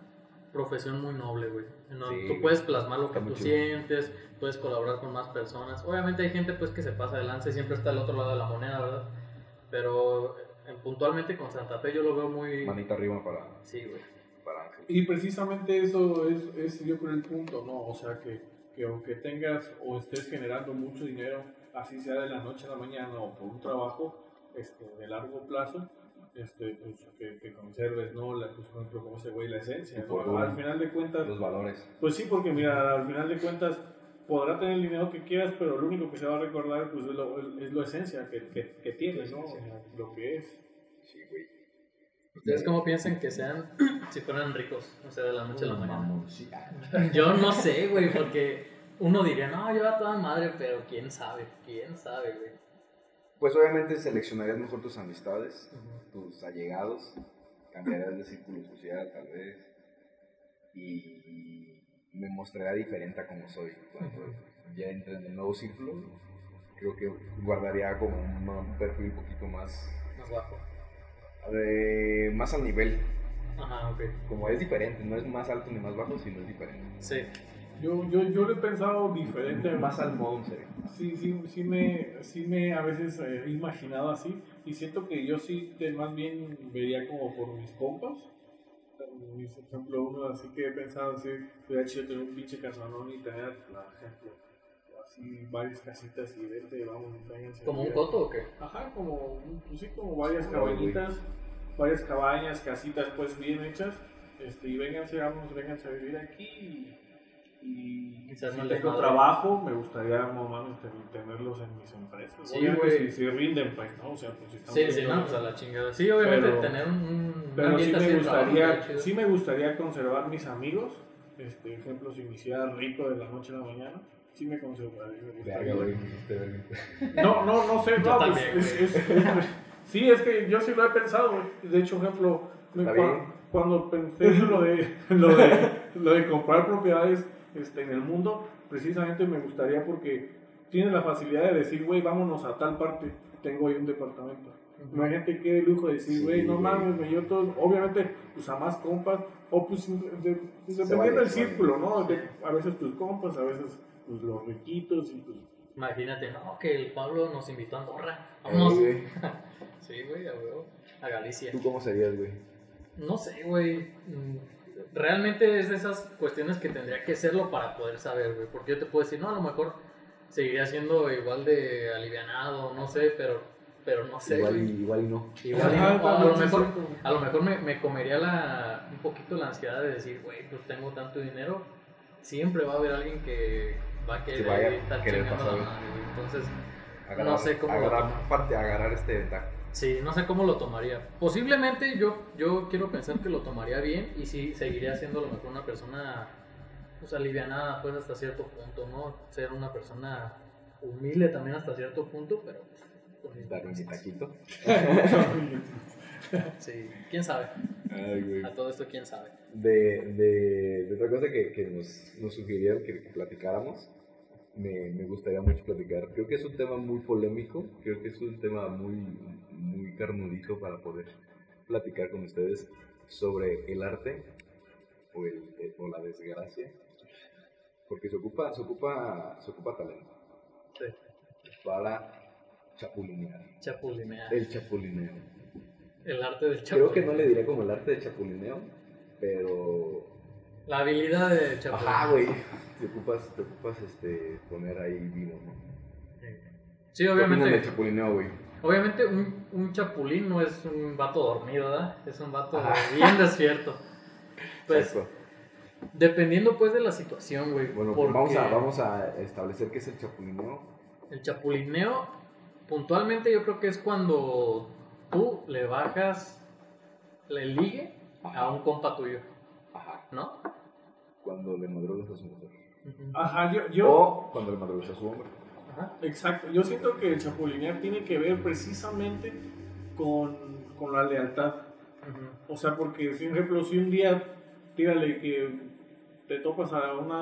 Speaker 2: profesión muy noble, güey. No,
Speaker 1: Sí,
Speaker 2: tú
Speaker 1: güey.
Speaker 2: puedes plasmar lo que
Speaker 1: Está muy
Speaker 2: tú
Speaker 1: chido.
Speaker 2: sientes, puedes colaborar con más personas. Obviamente hay gente pues que se pasa de lanza y siempre está al otro lado de la moneda, ¿verdad? Pero eh, puntualmente con Santa Fe yo lo veo muy...
Speaker 1: Manita arriba para,
Speaker 2: Sí, güey.
Speaker 1: para Ángel.
Speaker 3: Y precisamente eso es, es yo creo el punto, ¿no? O sea, que, que aunque tengas o estés generando mucho dinero, así sea de la noche a la mañana o por un trabajo este, de largo plazo, este, pues, que, que conserves, ¿no? La, pues, por ejemplo, como ese güey, la esencia, ¿no?
Speaker 1: Por-
Speaker 3: Al final de cuentas,
Speaker 1: Los valores.
Speaker 3: Pues sí, porque mira, al final de cuentas podrá tener el dinero que quieras, pero lo único que se va a recordar pues, es, lo, es lo esencia que, que, que tienes, ¿no? O sea, lo que es.
Speaker 1: Sí, güey.
Speaker 2: ¿Ustedes cómo piensan que sean si fueran ricos? O sea, de la noche a la mañana.
Speaker 1: Mamón, sí. Ah,
Speaker 2: Yo no sé, güey, porque uno diría, no, yo a toda madre, pero quién sabe, quién sabe, güey.
Speaker 1: Pues obviamente seleccionarías mejor tus amistades, tus allegados, cambiarías de círculo social tal vez y me mostrará diferente a como soy. Cuando ya entre en el nuevo círculo, creo que guardaría como un, un perfil un poquito más,
Speaker 2: Más bajo.
Speaker 1: eh, más al nivel.
Speaker 2: Ajá, ok.
Speaker 1: Como es diferente, no es más alto ni más bajo, sino es diferente.
Speaker 2: Sí.
Speaker 3: Yo, yo, yo lo he pensado diferente, más
Speaker 1: al modo, en serio.
Speaker 3: sí, sí, sí me, sí me a veces eh, he imaginado así y siento que yo sí te, más bien vería como por mis compas. Mis- Por ejemplo, uno así que he pensado, así, hubiera chido tener un pinche casonón y tener, por ejemplo, así varias casitas y vete, vamos, váyanse.
Speaker 2: ¿Como un
Speaker 3: Ya.
Speaker 2: coto o qué?
Speaker 3: Ajá, como, pues sí, como varias
Speaker 1: Como el
Speaker 3: cabañitas, varias cabañas, casitas pues bien hechas, este, y vénganse, vamos, vénganse a vivir aquí y, y
Speaker 2: Y se
Speaker 3: si
Speaker 2: arma
Speaker 3: tengo
Speaker 2: el desmadre.
Speaker 3: trabajo, me gustaría, no mames, ten- tenerlos en mis empresas.
Speaker 2: Sí,
Speaker 3: Obviamente
Speaker 2: güey.
Speaker 3: si, si rinden, pues, ¿no? O sea, pues si estamos
Speaker 2: Sí, sí,
Speaker 3: viviendo-
Speaker 2: no, pues a la chingada. Sí, obviamente
Speaker 3: Pero-
Speaker 2: tener un- un.
Speaker 3: Pero sí me, gustaría,
Speaker 2: Sí.
Speaker 3: sí me gustaría conservar mis amigos, este, ejemplo, si me hiciera rico de la noche a la mañana, sí me conservaría. me gustaría. No, no, no sé,
Speaker 2: Yo
Speaker 3: no, pues,
Speaker 2: también,
Speaker 3: es- es- es- sí, es que yo sí lo he pensado, güey. De hecho, ejemplo, me-
Speaker 1: Está
Speaker 3: cua-
Speaker 1: bien.
Speaker 3: cuando pensé en lo de, lo de, lo de comprar propiedades este, en el mundo, precisamente me gustaría porque tienes la facilidad de decir, güey, vámonos a tal parte, tengo ahí un departamento. Imagínate qué lujo decir,
Speaker 1: Sí,
Speaker 3: güey, no
Speaker 1: güey.
Speaker 3: mames, me dio todo. Obviamente, pues a más compas, o pues de- de-
Speaker 1: vale,
Speaker 3: dependiendo del
Speaker 1: se vale.
Speaker 3: círculo, ¿no? De- a veces tus compas, a veces pues, los riquitos y pues
Speaker 2: Imagínate, no, que el Pablo nos invitó a Andorra. Vamos.
Speaker 1: Ey, güey,
Speaker 2: Sí, güey, a huevo. A Galicia.
Speaker 1: ¿Tú cómo serías, güey?
Speaker 2: No sé, güey. Mm, Realmente es de esas cuestiones que tendría que hacerlo para poder saber, güey. Porque yo te puedo decir, no, a lo mejor seguiría siendo igual de alivianado, no sé, pero, pero no sé,
Speaker 1: igual,
Speaker 2: güey.
Speaker 1: y, igual y no.
Speaker 2: Igual y
Speaker 3: Ajá,
Speaker 2: no, a lo
Speaker 3: sí,
Speaker 2: mejor,
Speaker 3: sí, sí.
Speaker 2: a lo mejor me, me comería la, un poquito la ansiedad de decir, güey, pues tengo tanto dinero, siempre va a haber alguien que va a querer
Speaker 1: Que vaya a
Speaker 2: estar
Speaker 1: querer
Speaker 2: chingando la
Speaker 1: pasar.
Speaker 2: madre, güey. Entonces,
Speaker 1: Agarrar,
Speaker 2: No sé cómo lo
Speaker 1: Agarrar,
Speaker 2: tomas.
Speaker 1: parte, agarrar este ventaja.
Speaker 2: sí, no sé cómo lo tomaría. Posiblemente yo, yo quiero pensar que lo tomaría bien y sí, seguiría siendo a lo mejor una persona, pues alivianada, pues hasta cierto punto, ¿no? Ser una persona humilde también hasta cierto punto, pero... pues, con mis
Speaker 1: Darme mi
Speaker 2: ganancias.
Speaker 1: taquito.
Speaker 2: Sí, quién sabe.
Speaker 1: Ay, güey.
Speaker 2: A todo esto, quién sabe.
Speaker 1: de, de, de otra cosa que, que nos, nos sugirieron que, que platicáramos, me, me gustaría mucho platicar. Creo que es un tema muy polémico, creo que es un tema muy, muy carnudito para poder platicar con ustedes. sobre el arte o, el- eh, o la desgracia, porque se ocupa, se ocupa, se ocupa talento
Speaker 2: Sí.
Speaker 1: para chapulinear,
Speaker 2: Chapulinear.
Speaker 1: el chapulineo.
Speaker 2: El arte del
Speaker 1: Creo
Speaker 2: chapulineo.
Speaker 1: que no le diría como el arte de chapulineo, pero
Speaker 2: La habilidad de chapulinear.
Speaker 1: Ajá, güey. Te ocupas, te ocupas este, poner ahí vivo, ¿no?
Speaker 2: Sí,
Speaker 1: ¿Qué opinas del
Speaker 2: obviamente.
Speaker 1: chapulineo, güey.
Speaker 2: Obviamente un, un chapulín no es un vato dormido, ¿verdad? Es un vato
Speaker 1: Ajá.
Speaker 2: bien despierto. Pues,
Speaker 1: Exacto.
Speaker 2: dependiendo pues de la situación, güey.
Speaker 1: Bueno, pues, vamos,
Speaker 2: porque
Speaker 1: a, vamos a establecer qué es el chapulineo.
Speaker 2: El chapulineo, puntualmente yo creo que es cuando tú le bajas, le ligue a un compa tuyo,
Speaker 1: Ajá.
Speaker 2: ¿no?
Speaker 1: Cuando le madrugas a su mujer.
Speaker 2: Ujú.
Speaker 3: Ajá, yo, yo
Speaker 2: Oh.
Speaker 1: O cuando le madrugas a su hombre.
Speaker 2: Ajá.
Speaker 3: Exacto, yo siento que el chapulinear tiene que ver precisamente con, con la lealtad.
Speaker 2: Ujú.
Speaker 3: O sea, porque, si, por ejemplo, si un día, tírale que te topas a una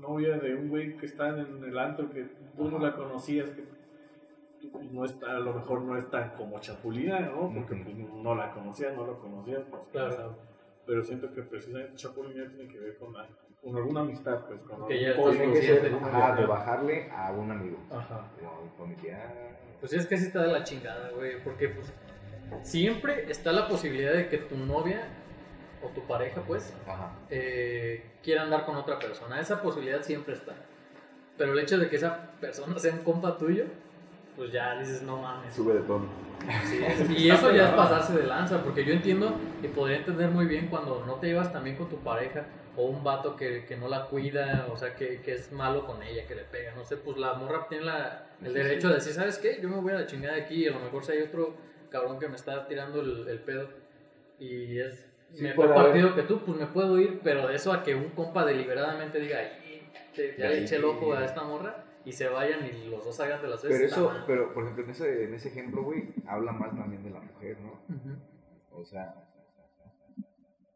Speaker 3: novia de un güey que está en el antro que tú no la conocías, que pues, no está, a lo mejor no es tan como chapulina, ¿no? Porque
Speaker 1: Ujú.
Speaker 3: pues, no la conocías, no lo conocías, pues,
Speaker 2: Claro.
Speaker 3: pero siento que precisamente chapulinear tiene que ver con, la- con alguna amistad, pues, con
Speaker 2: Que
Speaker 3: algún
Speaker 2: ya
Speaker 3: código,
Speaker 1: Tiene que ser,
Speaker 3: alguna
Speaker 1: ajá, de
Speaker 3: lealtad.
Speaker 1: bajarle a un amigo.
Speaker 3: Ajá.
Speaker 1: O a un familiar.
Speaker 2: Pues es que sí está de la chingada, güey, porque pues siempre está la posibilidad de que tu novia o tu pareja, pues,
Speaker 1: Ajá.
Speaker 2: eh, quiera andar con otra persona. Esa posibilidad siempre está. Pero el hecho de que esa persona sea un compa tuyo, pues ya dices, no mames.
Speaker 1: Sube de tono.
Speaker 2: Sí, y eso ya es pasarse de lanza, porque yo entiendo y podría entender muy bien cuando no te llevas también con tu pareja o un vato que, que no la cuida, o sea, que, que es malo con ella, que le pega, no sé, pues la morra tiene la- el derecho de decir, ¿sabes qué? Yo me voy a la chingada de aquí y a lo mejor si hay otro cabrón que me está tirando el, el pedo y es
Speaker 1: Sí,
Speaker 2: me
Speaker 1: puede
Speaker 2: mejor partido que tú, pues me puedo ir, pero de eso a que un compa deliberadamente diga, "Ay, te- ya le eché el ojo a esta morra y se vayan y los dos hagan de las veces.
Speaker 1: Pero eso,
Speaker 2: está mal.
Speaker 1: pero por ejemplo, en ese, en ese ejemplo, güey, habla más también de la mujer, ¿no?
Speaker 2: Ujú.
Speaker 1: O sea,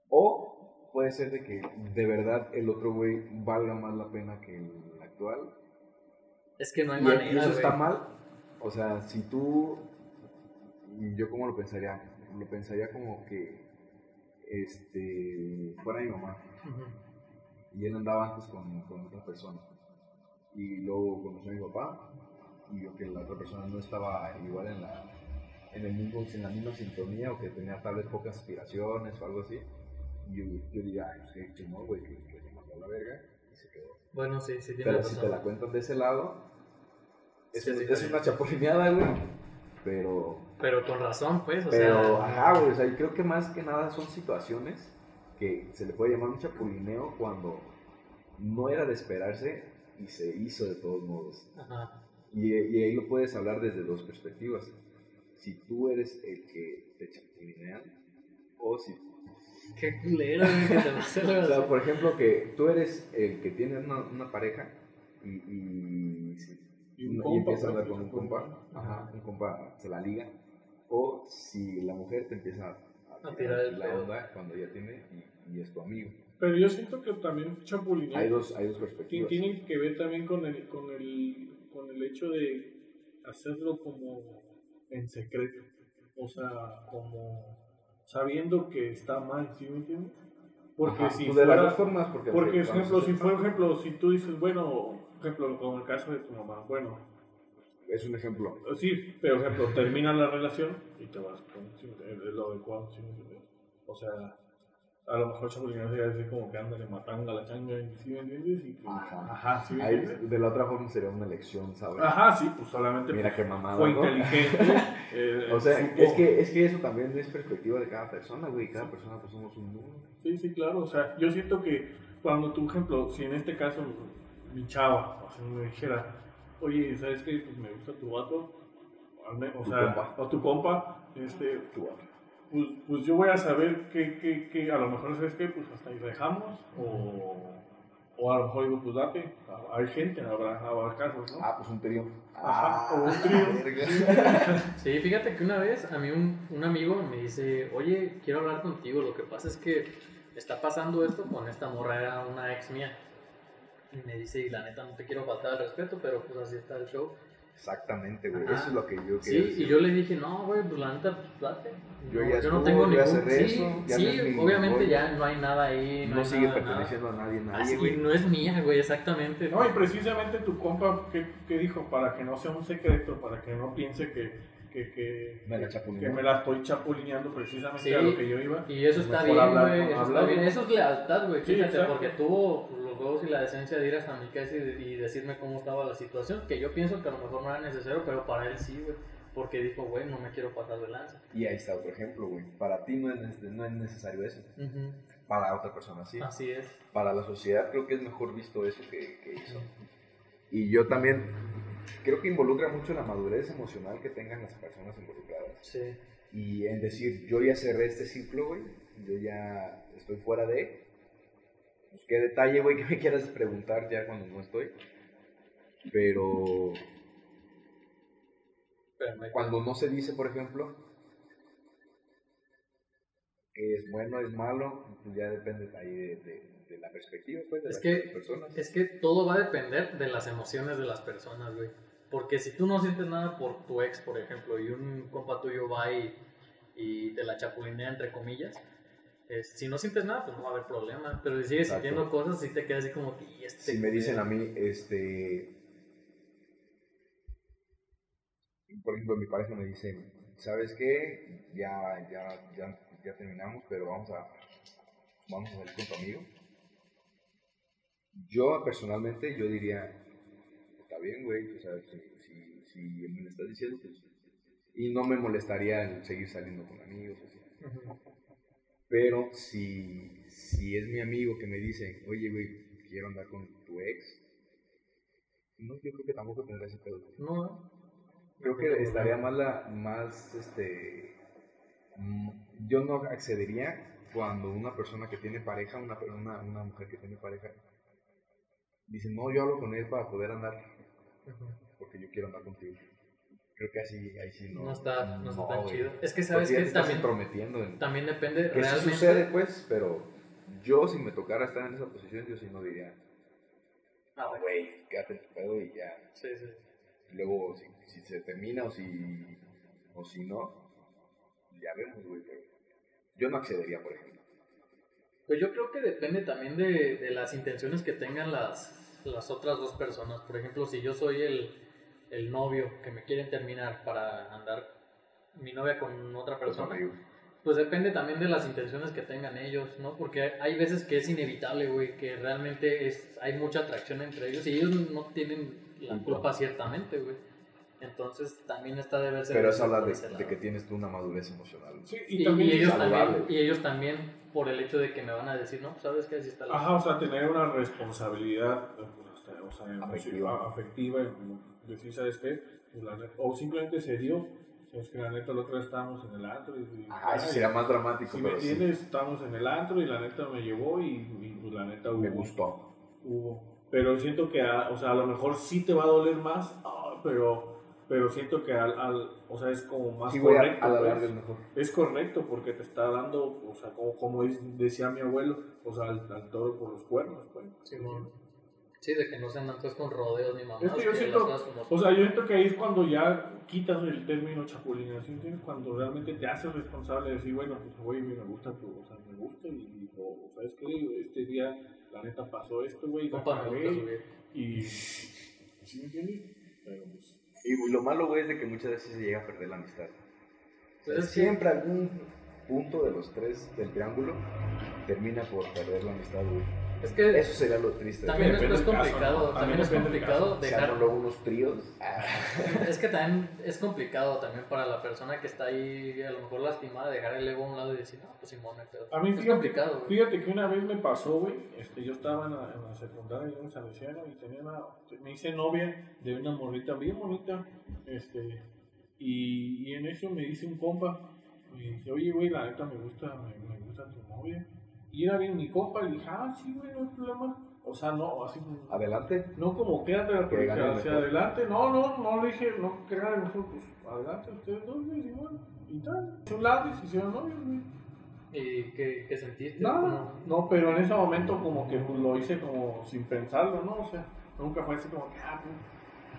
Speaker 1: o puede ser de que de verdad el otro güey valga más la pena que el actual.
Speaker 2: Es que no hay
Speaker 1: Y,
Speaker 2: manera.
Speaker 1: y eso
Speaker 2: güey.
Speaker 1: está mal. O sea, si tú, yo cómo lo pensaría, lo pensaría como que, este, fuera mi mamá
Speaker 2: Ujú.
Speaker 1: y él andaba antes con, con otra persona. Y luego conoció a mi papá y vio que la otra persona no estaba igual en la, en el mismo, en la misma sintonía o que tenía tal vez pocas aspiraciones o algo así. Y yo, yo diría, ay, pues qué chingón, güey, que, que se mandó a la verga y se quedó.
Speaker 2: Bueno, sí, sí, tiene
Speaker 1: Pero si te
Speaker 2: razón.
Speaker 1: la cuentan de ese lado, es,
Speaker 2: Sí,
Speaker 1: un-
Speaker 2: sí,
Speaker 1: es
Speaker 2: sí.
Speaker 1: una chapulineada, güey. Pero,
Speaker 2: Pero con razón, pues, o
Speaker 1: pero, ah.
Speaker 2: sea.
Speaker 1: ajá, güey, o sea, yo creo que más que nada son situaciones que se le puede llamar un chapulineo cuando no era de esperarse y se hizo de todos modos.
Speaker 2: Ajá.
Speaker 1: Y, y ahí lo puedes hablar desde dos perspectivas. Si tú eres el que te chapulinean, o si...
Speaker 2: Qué culero, güey, que te va a hacer la
Speaker 1: O sea,
Speaker 2: razón.
Speaker 1: por ejemplo, que tú eres el que tiene una, una pareja y, y si
Speaker 3: Y
Speaker 1: y,
Speaker 3: un
Speaker 1: y
Speaker 3: compa,
Speaker 1: empieza a
Speaker 3: pues,
Speaker 1: hablar con un compa, ajá, un compa se la liga, o si la mujer te empieza a,
Speaker 2: A tirar el
Speaker 1: la
Speaker 2: pedo.
Speaker 1: onda cuando ya tiene y, y es tu amigo.
Speaker 3: Pero yo siento que también chapulinear
Speaker 1: Hay dos, hay dos
Speaker 3: Tien-
Speaker 1: perspectivas.
Speaker 3: Tiene que ver también con el, con el, con el hecho de hacerlo como en secreto. O sea, como sabiendo que está mal, ¿sí me entiendes? Porque
Speaker 1: Ajá,
Speaker 3: si
Speaker 1: pues de las
Speaker 3: fuera-
Speaker 1: dos formas, porque,
Speaker 3: porque, por
Speaker 1: cuando
Speaker 3: ejemplo,
Speaker 1: se
Speaker 3: si
Speaker 1: sepa-
Speaker 3: por ejemplo, si tú dices, bueno, por ejemplo, con el caso de tu mamá, bueno, pues
Speaker 1: es un ejemplo.
Speaker 3: sí, pero por ejemplo, termina la relación y te vas con, sí, es lo adecuado, sí, o sea, a lo mejor chapulinear sería decir como que ándale matanga la changa, ¿sí me entiendes? Y que-
Speaker 1: Ajá.
Speaker 3: ajá, sí me
Speaker 1: Ahí,
Speaker 3: entiendes.
Speaker 1: de la otra forma sería una elección, ¿sabes?
Speaker 3: Ajá, sí, pues solamente
Speaker 1: Mira qué mamada.
Speaker 3: fue
Speaker 1: ¿no?
Speaker 3: inteligente. eh,
Speaker 1: O sea,
Speaker 3: supo-
Speaker 1: es que, es que eso también es perspectiva de cada persona, güey. Cada persona pues somos un mundo.
Speaker 3: Sí, sí, claro. O sea, yo siento que cuando tú, ejemplo, si en este caso mi chava o sea, me dijera, oye, ¿sabes qué? Pues me gusta tu vato, al me- o,
Speaker 1: Tu
Speaker 3: sea,
Speaker 1: compa.
Speaker 3: o tu compa, este,
Speaker 1: Tú, güey.
Speaker 3: pues, pues yo voy a saber que, que, que a lo mejor, ¿sabes qué? Pues hasta ahí la dejamos, o, o a lo mejor digo, pues date, hay gente, habrá, habrá casos, ¿no?
Speaker 1: Ah, pues un trío. Ah,
Speaker 3: Ajá, o un trío.
Speaker 1: trío.
Speaker 2: Sí, fíjate que una vez a mí un, un amigo me dice, oye, quiero hablar contigo, lo que pasa es que está pasando esto con esta morra, era una ex mía. Y me dice, y la neta no te quiero faltar al respeto, pero pues así está el show.
Speaker 1: Exactamente, güey.
Speaker 2: Ajá.
Speaker 1: Eso es lo que yo
Speaker 2: Sí,
Speaker 1: quería
Speaker 2: y
Speaker 1: decir.
Speaker 2: yo le dije, no, güey, pues la neta, date.
Speaker 1: Yo
Speaker 2: No,
Speaker 1: ya
Speaker 2: yo no
Speaker 1: estuvo,
Speaker 2: tengo
Speaker 1: yo
Speaker 2: ningún...
Speaker 1: ya cerré
Speaker 2: sí,
Speaker 1: eso, ya
Speaker 2: sí,
Speaker 1: no es mi
Speaker 2: obviamente
Speaker 1: rollo.
Speaker 2: ya no hay nada ahí. No,
Speaker 1: no
Speaker 2: hay
Speaker 1: sigue
Speaker 2: nada,
Speaker 1: perteneciendo a nadie,
Speaker 2: nada.
Speaker 1: nadie,
Speaker 2: Ah, sí,
Speaker 1: güey.
Speaker 2: no es mía, güey, exactamente.
Speaker 3: No, y precisamente tu compa, ¿qué, qué dijo? Para que no sea un secreto, para que no piense que, que, que,
Speaker 1: Me la
Speaker 3: que me
Speaker 1: chapulineó.
Speaker 3: la estoy chapulineando precisamente
Speaker 2: Sí.
Speaker 3: a lo que yo iba.
Speaker 2: Y eso está
Speaker 3: Mejor
Speaker 2: bien,
Speaker 3: hablar
Speaker 2: güey.
Speaker 3: con-
Speaker 2: Eso está
Speaker 3: hablar,
Speaker 2: bien.
Speaker 3: ¿no?
Speaker 2: Eso es lealtad, güey.
Speaker 3: Sí,
Speaker 2: Fíjate,
Speaker 3: exacto.
Speaker 2: porque tuvo los huevos y la decencia de ir hasta mi casa y, de- y decirme cómo estaba la situación. Que yo pienso que a lo mejor no era necesario, pero para él sí, güey. Porque dijo, güey, no me quiero pasar de lanza.
Speaker 1: Y ahí está otro ejemplo, güey. Para ti no es, neces- no es necesario eso. Para otra persona
Speaker 3: Ah.
Speaker 1: sí.
Speaker 2: Así es.
Speaker 1: Para la sociedad creo que es mejor visto eso que, que hizo. Y yo también creo que involucra mucho la madurez emocional que tengan las personas involucradas.
Speaker 2: Sí.
Speaker 1: Y en decir, yo ya cerré este ciclo, güey. Yo ya estoy fuera de. Pues qué detalle, güey, que me quieras preguntar ya cuando no estoy. Pero
Speaker 2: Espérame.
Speaker 1: cuando no se dice, por ejemplo, que es bueno, es malo, pues ya depende ahí de, de- de la perspectiva, pues, de
Speaker 2: Es
Speaker 1: las
Speaker 2: que-
Speaker 1: personas.
Speaker 2: Es que todo va a depender de las emociones de las personas, güey. Porque si tú no sientes nada por tu ex, por ejemplo, y un compa tuyo va y, y te la chapulinea, entre comillas, es- si no sientes nada, pues no va a haber problema. Pero si sigues
Speaker 1: Exacto.
Speaker 2: sintiendo cosas, si te quedas así como, "Y este
Speaker 1: si me
Speaker 2: güey".
Speaker 1: dicen a mí, este. Por ejemplo, mi pareja me dice, ¿sabes qué? Ya, ya, ya, ya terminamos, pero vamos a, vamos a salir con tu amigo. Yo personalmente, yo diría, está bien, güey, o sea, si, si, si me lo estás diciendo, pues. Y no me molestaría el seguir saliendo con amigos, así.
Speaker 2: Ujú.
Speaker 1: Pero si, si es mi amigo que me dice, oye, güey, quiero andar con tu ex, no, yo creo que tampoco tendrá ese pedo. güey.
Speaker 2: No,
Speaker 1: Creo
Speaker 2: No
Speaker 1: que
Speaker 2: tengo
Speaker 1: estaría
Speaker 2: problema.
Speaker 1: más, la, más, este, mm, yo no accedería cuando una persona que tiene pareja, una, per- una, una mujer que tiene pareja, dice, no, yo hablo con él para poder andar,
Speaker 2: Ujú.
Speaker 1: porque yo quiero andar contigo. Creo que así, ahí sí no.
Speaker 2: no está, no está
Speaker 1: güey.
Speaker 2: tan
Speaker 1: Pues
Speaker 2: chido. Es
Speaker 1: Porque
Speaker 2: que sabes
Speaker 1: ya
Speaker 2: que
Speaker 1: te estás
Speaker 2: también,
Speaker 1: entrometiendo en,
Speaker 2: también depende
Speaker 1: que sí
Speaker 2: realmente.
Speaker 1: sucede, pues, pero yo si me tocara estar en esa posición, yo sí no diría,
Speaker 2: Ah,
Speaker 1: "No,
Speaker 2: güey.
Speaker 1: güey, quédate en tu pedo y ya.
Speaker 2: Sí, sí.
Speaker 1: Y luego, si, si se termina o si, o si no, ya vemos, güey. pero Yo no accedería, por ejemplo.
Speaker 2: Pues yo creo que depende también de, de las intenciones que tengan las, las otras dos personas. Por ejemplo, si yo soy el, el novio que me quieren terminar para andar mi novia con otra
Speaker 1: Pues,
Speaker 2: persona,
Speaker 1: amigo,
Speaker 2: pues depende también de las intenciones que tengan ellos, ¿no? Porque hay- hay veces que es inevitable, güey, que realmente es, hay mucha atracción entre ellos y ellos no tienen la
Speaker 1: Culpa.
Speaker 2: culpa ciertamente, güey. Entonces también está de verse...
Speaker 1: Pero
Speaker 2: visto
Speaker 1: eso habla
Speaker 2: por
Speaker 1: de,
Speaker 2: ese
Speaker 1: de
Speaker 2: lado.
Speaker 1: que tienes tú una madurez emocional.
Speaker 3: Sí,
Speaker 2: Y,
Speaker 3: y, también.
Speaker 2: y ellos también,
Speaker 1: saludable.
Speaker 2: y ellos también, por el hecho de que me van a decir, no, pues, sabes que así está la...
Speaker 3: Ajá, o sea, tener una responsabilidad eh, pues, o sea, emocional,
Speaker 1: Afectiva.
Speaker 3: afectiva, y como decir, ¿sabes qué? Pues la neta- o simplemente se dio. Es que la neta, la otra vez estábamos en el antro. Y, y-
Speaker 1: Ajá, eso
Speaker 3: ay,
Speaker 1: sería más dramático,
Speaker 3: Si me
Speaker 1: pero sí,
Speaker 3: entiendes, estábamos en el antro y la neta me llevó y, y, pues, la neta hubo.
Speaker 1: me gustó.
Speaker 3: hubo. Pero siento que, a, o sea, a lo mejor sí te va a doler más, ah, pero, pero siento que al, al- o sea, es como más
Speaker 1: Sí, güey, a,
Speaker 3: correcto.
Speaker 1: a la
Speaker 3: pues.
Speaker 1: larga es mejor.
Speaker 3: Es correcto porque te está dando, o sea, como, como es- decía mi abuelo, o sea, al, al toro por los cuernos, pues.
Speaker 2: Sí, bueno. Sí, de que no se andan pues con rodeos ni mamás.
Speaker 3: Es que yo siento- O sea, yo siento que ahí es cuando ya quitas el término chapulinación, ¿entiendes? Cuando realmente te haces responsable de decir, bueno, pues güey, me gusta tu, o sea, me gusta y, o, o sabes qué, este día la neta pasó esto, güey, la cagué, y... ¿Sí me entiendes? Pero pues...
Speaker 1: Y lo malo, güey, es de que muchas veces se llega a perder la amistad. O sea,
Speaker 2: Pues es que-
Speaker 1: siempre algún punto de los tres del triángulo termina por perder la amistad, güey.
Speaker 2: Es que
Speaker 1: Eso sería lo triste.
Speaker 2: también
Speaker 1: güey.
Speaker 2: es,
Speaker 3: depende
Speaker 2: es
Speaker 3: del caso,
Speaker 2: complicado,
Speaker 3: ¿no? También
Speaker 2: también es
Speaker 3: depende del
Speaker 2: complicado
Speaker 1: Se arman
Speaker 2: dejar...
Speaker 1: luego unos tríos. Ah,
Speaker 2: Es que también es complicado también para la persona que está ahí a lo mejor lastimada dejar el ego a un lado y decir, no, pues Simón, no hay pedo".
Speaker 3: A mí,
Speaker 2: es
Speaker 3: fíjate,
Speaker 2: complicado. güey.
Speaker 3: Fíjate que una vez me pasó, güey, este, yo estaba en la, en la secundaria yo en San Luciano y tenía una, me hice novia de una morrita bien bonita, este, y, y en eso me dice un compa, me dice, oye, güey, la neta me gusta, me, me gusta tu novia, y era bien mi compa, y dije, ah, sí, güey, no hay problema, o sea, no, así,
Speaker 1: Adelante.
Speaker 3: no como quédate la
Speaker 1: Que gane el
Speaker 3: hacia
Speaker 1: mejor.
Speaker 3: adelante, no, no, no le dije, no, que gane el mejor, pues, adelante ustedes dos, güey, y bueno, y tal, se hablaron y se hicieron novios, güey.
Speaker 2: ¿Y qué, qué sentiste?
Speaker 3: Nada,
Speaker 2: ¿Cómo?
Speaker 3: no, pero en ese momento como que pues, lo hice como sin pensarlo, ¿no? O sea, nunca fue así como que, ah, pues,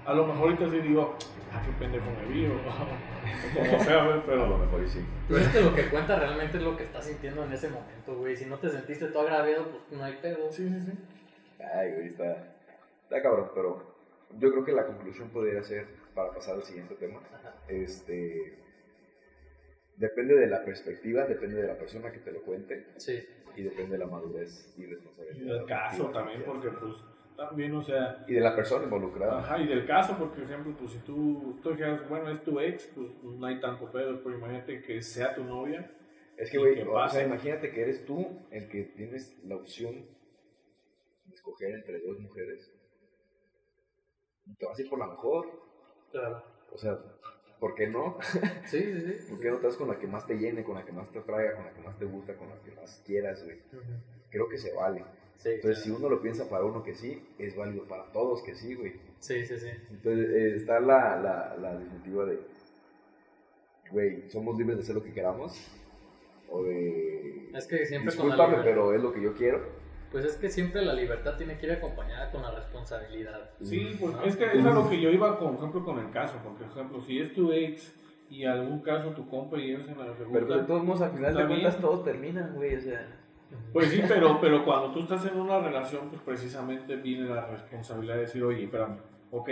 Speaker 3: A lo mejor ahorita sí digo, ah, qué pendejo me vi, o, o como sea, güey,
Speaker 1: Pero a lo
Speaker 3: pero
Speaker 1: mejor y sí.
Speaker 2: Fíjate lo que cuenta realmente es lo que estás sintiendo en ese momento, güey. Si no te sentiste todo agraviado, pues no hay pedo.
Speaker 3: sí, sí, sí.
Speaker 1: Ay, güey, está, está cabrón, pero yo creo que la conclusión podría ser, para pasar al siguiente tema,
Speaker 2: Ajá.
Speaker 1: este, depende de la perspectiva, depende de la persona que te lo cuente
Speaker 2: Sí.
Speaker 1: y depende de la madurez y responsabilidad.
Speaker 3: Y del caso también, porque pues también, o sea,
Speaker 1: Y de la persona involucrada.
Speaker 3: Ajá, y del caso, porque, por ejemplo, pues si tú, tú dijeras, bueno, es tu ex, pues no hay tanto pedo, pero imagínate que sea tu novia.
Speaker 1: Es que,
Speaker 3: ¿Y
Speaker 1: güey,
Speaker 3: qué
Speaker 1: o
Speaker 3: pasa?
Speaker 1: sea, imagínate que eres tú el que tienes la opción de escoger entre dos mujeres. Y te vas a ir por la mejor.
Speaker 2: Claro.
Speaker 1: O sea, ¿por qué no?
Speaker 2: Sí, sí, sí.
Speaker 1: ¿Por qué no te vas con la que más te llene, con la que más te atraiga, con la que más te gusta, con la que más quieras, güey?
Speaker 2: Ujú.
Speaker 1: Creo que se vale.
Speaker 2: Sí,
Speaker 1: Entonces, si uno lo piensa para uno que sí, es válido para todos que sí, güey.
Speaker 2: sí, sí, sí.
Speaker 1: Entonces, eh, está la, la, la disyuntiva de, güey, somos libres de hacer lo que queramos, o de...
Speaker 2: Es que siempre con la
Speaker 1: Discúlpame,
Speaker 2: liber-
Speaker 1: pero es lo que yo quiero.
Speaker 2: Pues es que siempre la libertad tiene que ir acompañada con la responsabilidad.
Speaker 3: Sí, pues
Speaker 2: Ah.
Speaker 3: es que es a lo que yo iba, con, por ejemplo, con el caso, porque, por ejemplo, si es tu ex y en algún caso tu compa y ellos en la
Speaker 1: Pero de
Speaker 3: gusta,
Speaker 1: todos modos, al final de
Speaker 3: También.
Speaker 1: cuentas, todos terminan, güey, o sea...
Speaker 3: Pues sí, pero, pero cuando tú estás en una relación, pues precisamente viene la responsabilidad de decir, oye, espérame, ok,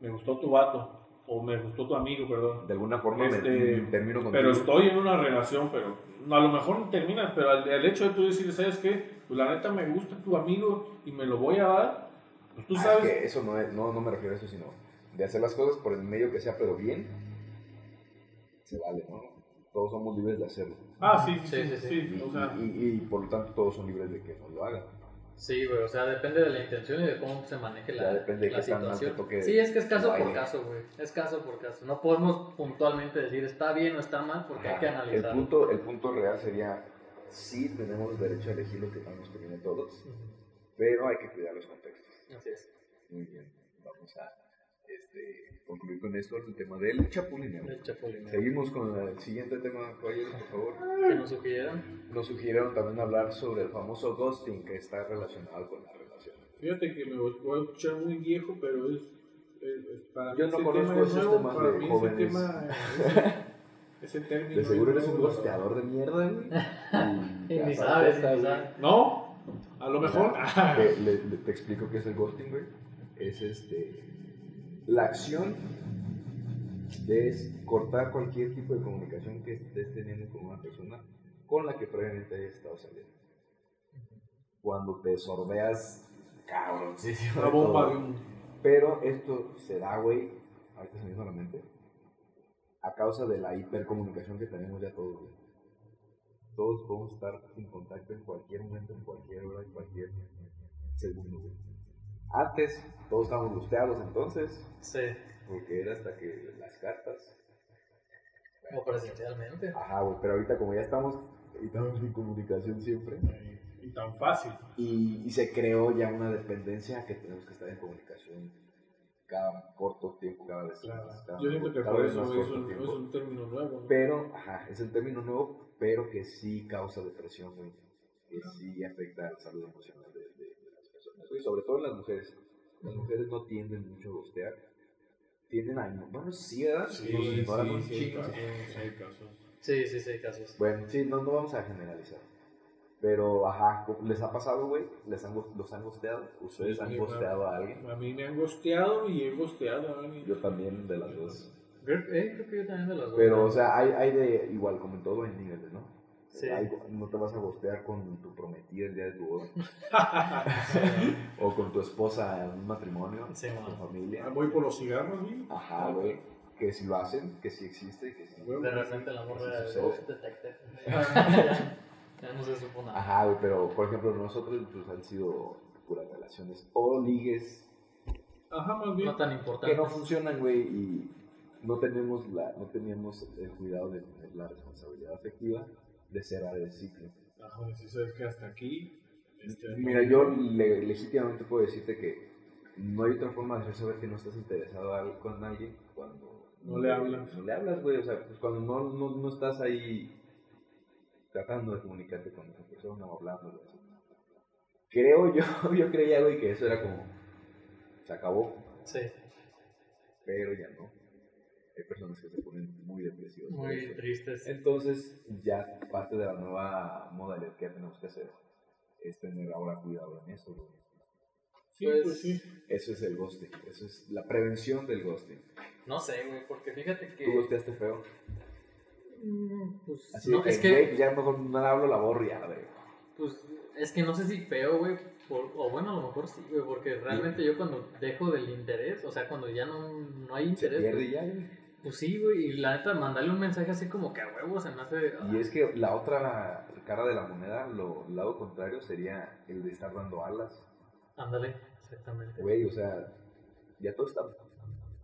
Speaker 3: me gustó tu vato, o me gustó tu amigo, perdón,
Speaker 1: De alguna forma me-
Speaker 3: Este,
Speaker 1: me termino con
Speaker 3: Pero estoy en una relación, pero a lo mejor no terminas, pero al- el, hecho de tú decir, ¿sabes qué? Pues la neta me gusta tu amigo y me lo voy a dar, pues tú
Speaker 1: Ah,
Speaker 3: sabes.
Speaker 1: Es que eso no, es, no, no me refiero a eso, sino de hacer las cosas por el medio que sea, pero bien, se vale, ¿no? Todos somos libres de hacerlo.
Speaker 3: Ah, sí, sí,
Speaker 2: Sí,
Speaker 3: sí,
Speaker 2: sí,
Speaker 3: sí,
Speaker 1: Y,
Speaker 3: o sea,
Speaker 1: y- y por lo tanto, todos son libres de que no lo hagan.
Speaker 2: Sí, güey, o sea, depende de la intención y de cómo se maneje la,
Speaker 1: Ya depende de
Speaker 2: la
Speaker 1: qué tan mal te
Speaker 2: situación.
Speaker 1: toque
Speaker 2: sí, es que es caso por
Speaker 1: baile.
Speaker 2: caso, güey. Es caso por caso. No podemos puntualmente decir está bien o está mal porque hay que
Speaker 1: Ajá. el,
Speaker 2: analizarlo.
Speaker 1: punto, el punto real sería, sí tenemos derecho a elegir lo que más nos conviene a todos,
Speaker 2: Ujú.
Speaker 1: pero hay que cuidar los contextos.
Speaker 2: Así es.
Speaker 1: Muy bien, vamos a este, concluir con esto el tema del chapulineo.
Speaker 2: El chapulineo.
Speaker 1: Seguimos con el siguiente tema, Coyes, por favor.
Speaker 2: Que nos sugirieron.
Speaker 1: Nos sugirieron también hablar sobre el famoso ghosting que está relacionado con la relación.
Speaker 3: fíjate que me voy a escuchar muy viejo, pero es. es- es- para mí
Speaker 1: Yo no
Speaker 3: ese
Speaker 1: conozco
Speaker 3: tema es
Speaker 1: esos
Speaker 3: nuevo,
Speaker 1: temas
Speaker 3: para
Speaker 1: de
Speaker 3: mí
Speaker 1: jóvenes.
Speaker 3: Ese, tema, ese, ese término.
Speaker 1: De
Speaker 3: es
Speaker 1: seguro eres un
Speaker 3: nuevo,
Speaker 1: gosteador de mierda, güey.
Speaker 2: Y
Speaker 1: ya
Speaker 2: ni sabes,
Speaker 1: güey.
Speaker 2: ni sabes.
Speaker 3: No, a lo mejor.
Speaker 1: Te, le- le- te explico qué es el ghosting, güey. Es este. La acción es cortar cualquier tipo de comunicación que estés teniendo con una persona con la que previamente hayas estado saliendo. Cuando te sorbeas, cabrón, sí, sí,
Speaker 3: Una bomba de un.
Speaker 1: Pero esto se da, güey, ahorita se me vino a la mente, a causa de la hipercomunicación que tenemos ya todos, güey. Todos podemos estar en contacto en cualquier momento, en cualquier hora, en cualquier segundo, güey. Antes, todos estábamos gusteados entonces,
Speaker 2: Sí,
Speaker 1: porque era hasta que las cartas.
Speaker 2: o presencialmente.
Speaker 1: Ajá, güey, pero ahorita como ya estamos, y estamos en comunicación siempre,
Speaker 3: Y tan fácil.
Speaker 1: y, y se creó ya una dependencia que tenemos que estar en comunicación cada corto tiempo, cada vez
Speaker 3: Claro.
Speaker 1: más. cada-
Speaker 3: Yo siento que
Speaker 1: cada
Speaker 3: por
Speaker 1: vez
Speaker 3: eso
Speaker 1: más
Speaker 3: es
Speaker 1: corto
Speaker 3: un, es
Speaker 1: tiempo.
Speaker 3: un término nuevo. ¿no?
Speaker 1: Pero, ajá, es el término nuevo, pero que sí causa depresión, güey. Que sí afecta a la salud emocional de, de- de las personas, güey. Sobre todo en las mujeres. Las mujeres no tienden mucho a gustear. Tienden a... Bueno, sí, ¿verdad? Nos ignoran un chingo.
Speaker 2: Sí, sí, sí, hay casos.
Speaker 1: Bueno, sí, no, no vamos a generalizar. Pero, ajá, ¿les ha pasado, güey? ¿Les han, gos- ¿Los han gosteado? ¿Ustedes
Speaker 3: Sí,
Speaker 1: han
Speaker 3: sí,
Speaker 1: gosteado a alguien?
Speaker 3: A mí me han gosteado y he gosteado a alguien.
Speaker 1: Yo también, de las dos.
Speaker 2: Creo, eh, creo que yo también de las dos.
Speaker 1: Pero, o sea, hay, hay de, igual, como en todo, hay niveles, ¿no?
Speaker 2: Sí.
Speaker 1: Hay- no te vas a gostear con tu prometida el día de tu boda.
Speaker 3: Ah,
Speaker 1: o con tu esposa en un matrimonio,
Speaker 2: Sí,
Speaker 1: con
Speaker 2: man.
Speaker 1: familia.
Speaker 3: Voy por los cigarros, güey.
Speaker 1: Ajá, güey. Que si lo hacen, que si existe, que si...
Speaker 3: Güey.
Speaker 2: de repente la
Speaker 1: Sí,
Speaker 2: morra
Speaker 1: sí,
Speaker 2: de
Speaker 1: sí.
Speaker 2: "Uf, detecté. ya, ya no se supo nada.
Speaker 1: Ajá, güey, pero, por ejemplo, nosotros pues, han sido puras relaciones o ligues
Speaker 3: Ajá, más bien.
Speaker 2: No tan
Speaker 1: que
Speaker 2: importante.
Speaker 1: no funcionan, güey, y no tenemos la, no teníamos el cuidado de tener la responsabilidad afectiva de cerrar el ciclo.
Speaker 3: Ajá, si Ah, sabes que hasta aquí. este,
Speaker 1: Mira, yo le- legítimamente puedo decirte que no hay otra forma de hacer saber que no estás interesado al- con alguien cuando
Speaker 3: No le hablas.
Speaker 1: No le hablas, güey. O sea, pues cuando no, no, no estás ahí tratando de comunicarte con esa persona o hablándole. así. Creo yo, yo creía, güey, que eso era como. Se acabó.
Speaker 2: Sí.
Speaker 1: pero ya no. Hay personas que se ponen muy depresivos. por
Speaker 2: Muy
Speaker 1: eso.
Speaker 2: tristes.
Speaker 1: Entonces, ya parte de la nueva modalidad que ya tenemos que hacer es tener ahora cuidado en eso. güey.
Speaker 3: Sí,
Speaker 2: Pues-
Speaker 3: pues sí.
Speaker 1: Eso es el ghosting, eso es la prevención del ghosting.
Speaker 2: No sé, güey, porque fíjate
Speaker 1: Tú
Speaker 2: que.
Speaker 1: ghosteaste feo.
Speaker 2: Mm, Pues,
Speaker 1: Así
Speaker 2: no,
Speaker 1: de que,
Speaker 2: es que.
Speaker 1: güey, ya mejor no le hablo la borria, güey.
Speaker 2: Pues es que no sé si feo, güey, por- o bueno, a lo mejor sí, güey, porque realmente yo cuando dejo del interés, o sea, cuando ya no, no hay
Speaker 1: Se
Speaker 2: interés,
Speaker 1: pierde
Speaker 2: pues,
Speaker 1: y ya, güey.
Speaker 2: pues sí, güey, y la neta, mandarle un mensaje así como que a huevos se me hace... ah,
Speaker 1: Y es que la otra cara de la moneda, lo el lado contrario sería el de estar dando alas.
Speaker 2: Ándale, exactamente.
Speaker 1: Güey, o sea, ya todo está.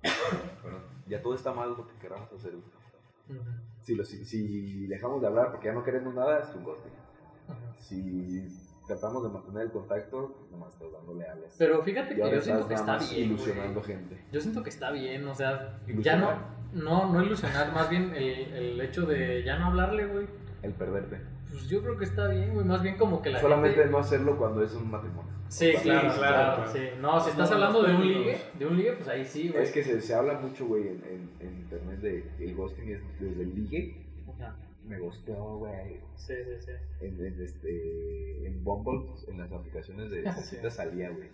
Speaker 1: Perdón, ya todo está mal lo que queramos hacer. güey.
Speaker 2: Ujú,
Speaker 1: Si, lo- si, si dejamos de hablar porque ya no queremos nada, es un ghosting.
Speaker 2: ujú.
Speaker 1: Si tratamos de mantener el contacto, nomás estás dándole alas.
Speaker 2: Pero fíjate
Speaker 1: y
Speaker 2: que
Speaker 1: ahora
Speaker 2: yo
Speaker 1: estás
Speaker 2: siento que
Speaker 1: nada
Speaker 2: está
Speaker 1: más
Speaker 2: bien,
Speaker 1: ilusionando
Speaker 2: güey.
Speaker 1: gente.
Speaker 2: Yo siento que está bien, o sea, ya
Speaker 1: Ilusionar.
Speaker 2: no... No, no ilusionar, más bien el, el hecho de ya no hablarle, güey.
Speaker 1: El perderte.
Speaker 2: Pues yo creo que está bien, güey. Más bien como que la
Speaker 1: Solamente
Speaker 2: gente...
Speaker 1: no hacerlo cuando es un matrimonio.
Speaker 2: Sí,
Speaker 1: Claro,
Speaker 2: claro, claro,
Speaker 3: claro, claro.
Speaker 2: sí. No, si estás
Speaker 3: No, no
Speaker 2: hablando de un
Speaker 3: términos.
Speaker 2: ligue, de un ligue, pues ahí sí, güey.
Speaker 1: Es que se, se habla mucho, güey, en, en- en internet de el ghosting es desde el ligue.
Speaker 2: Ajá.
Speaker 1: Me gustó, güey.
Speaker 2: Sí, sí, sí.
Speaker 1: en, en, este, en Bumble, en las aplicaciones de de
Speaker 2: Sí.
Speaker 1: citas salía, güey,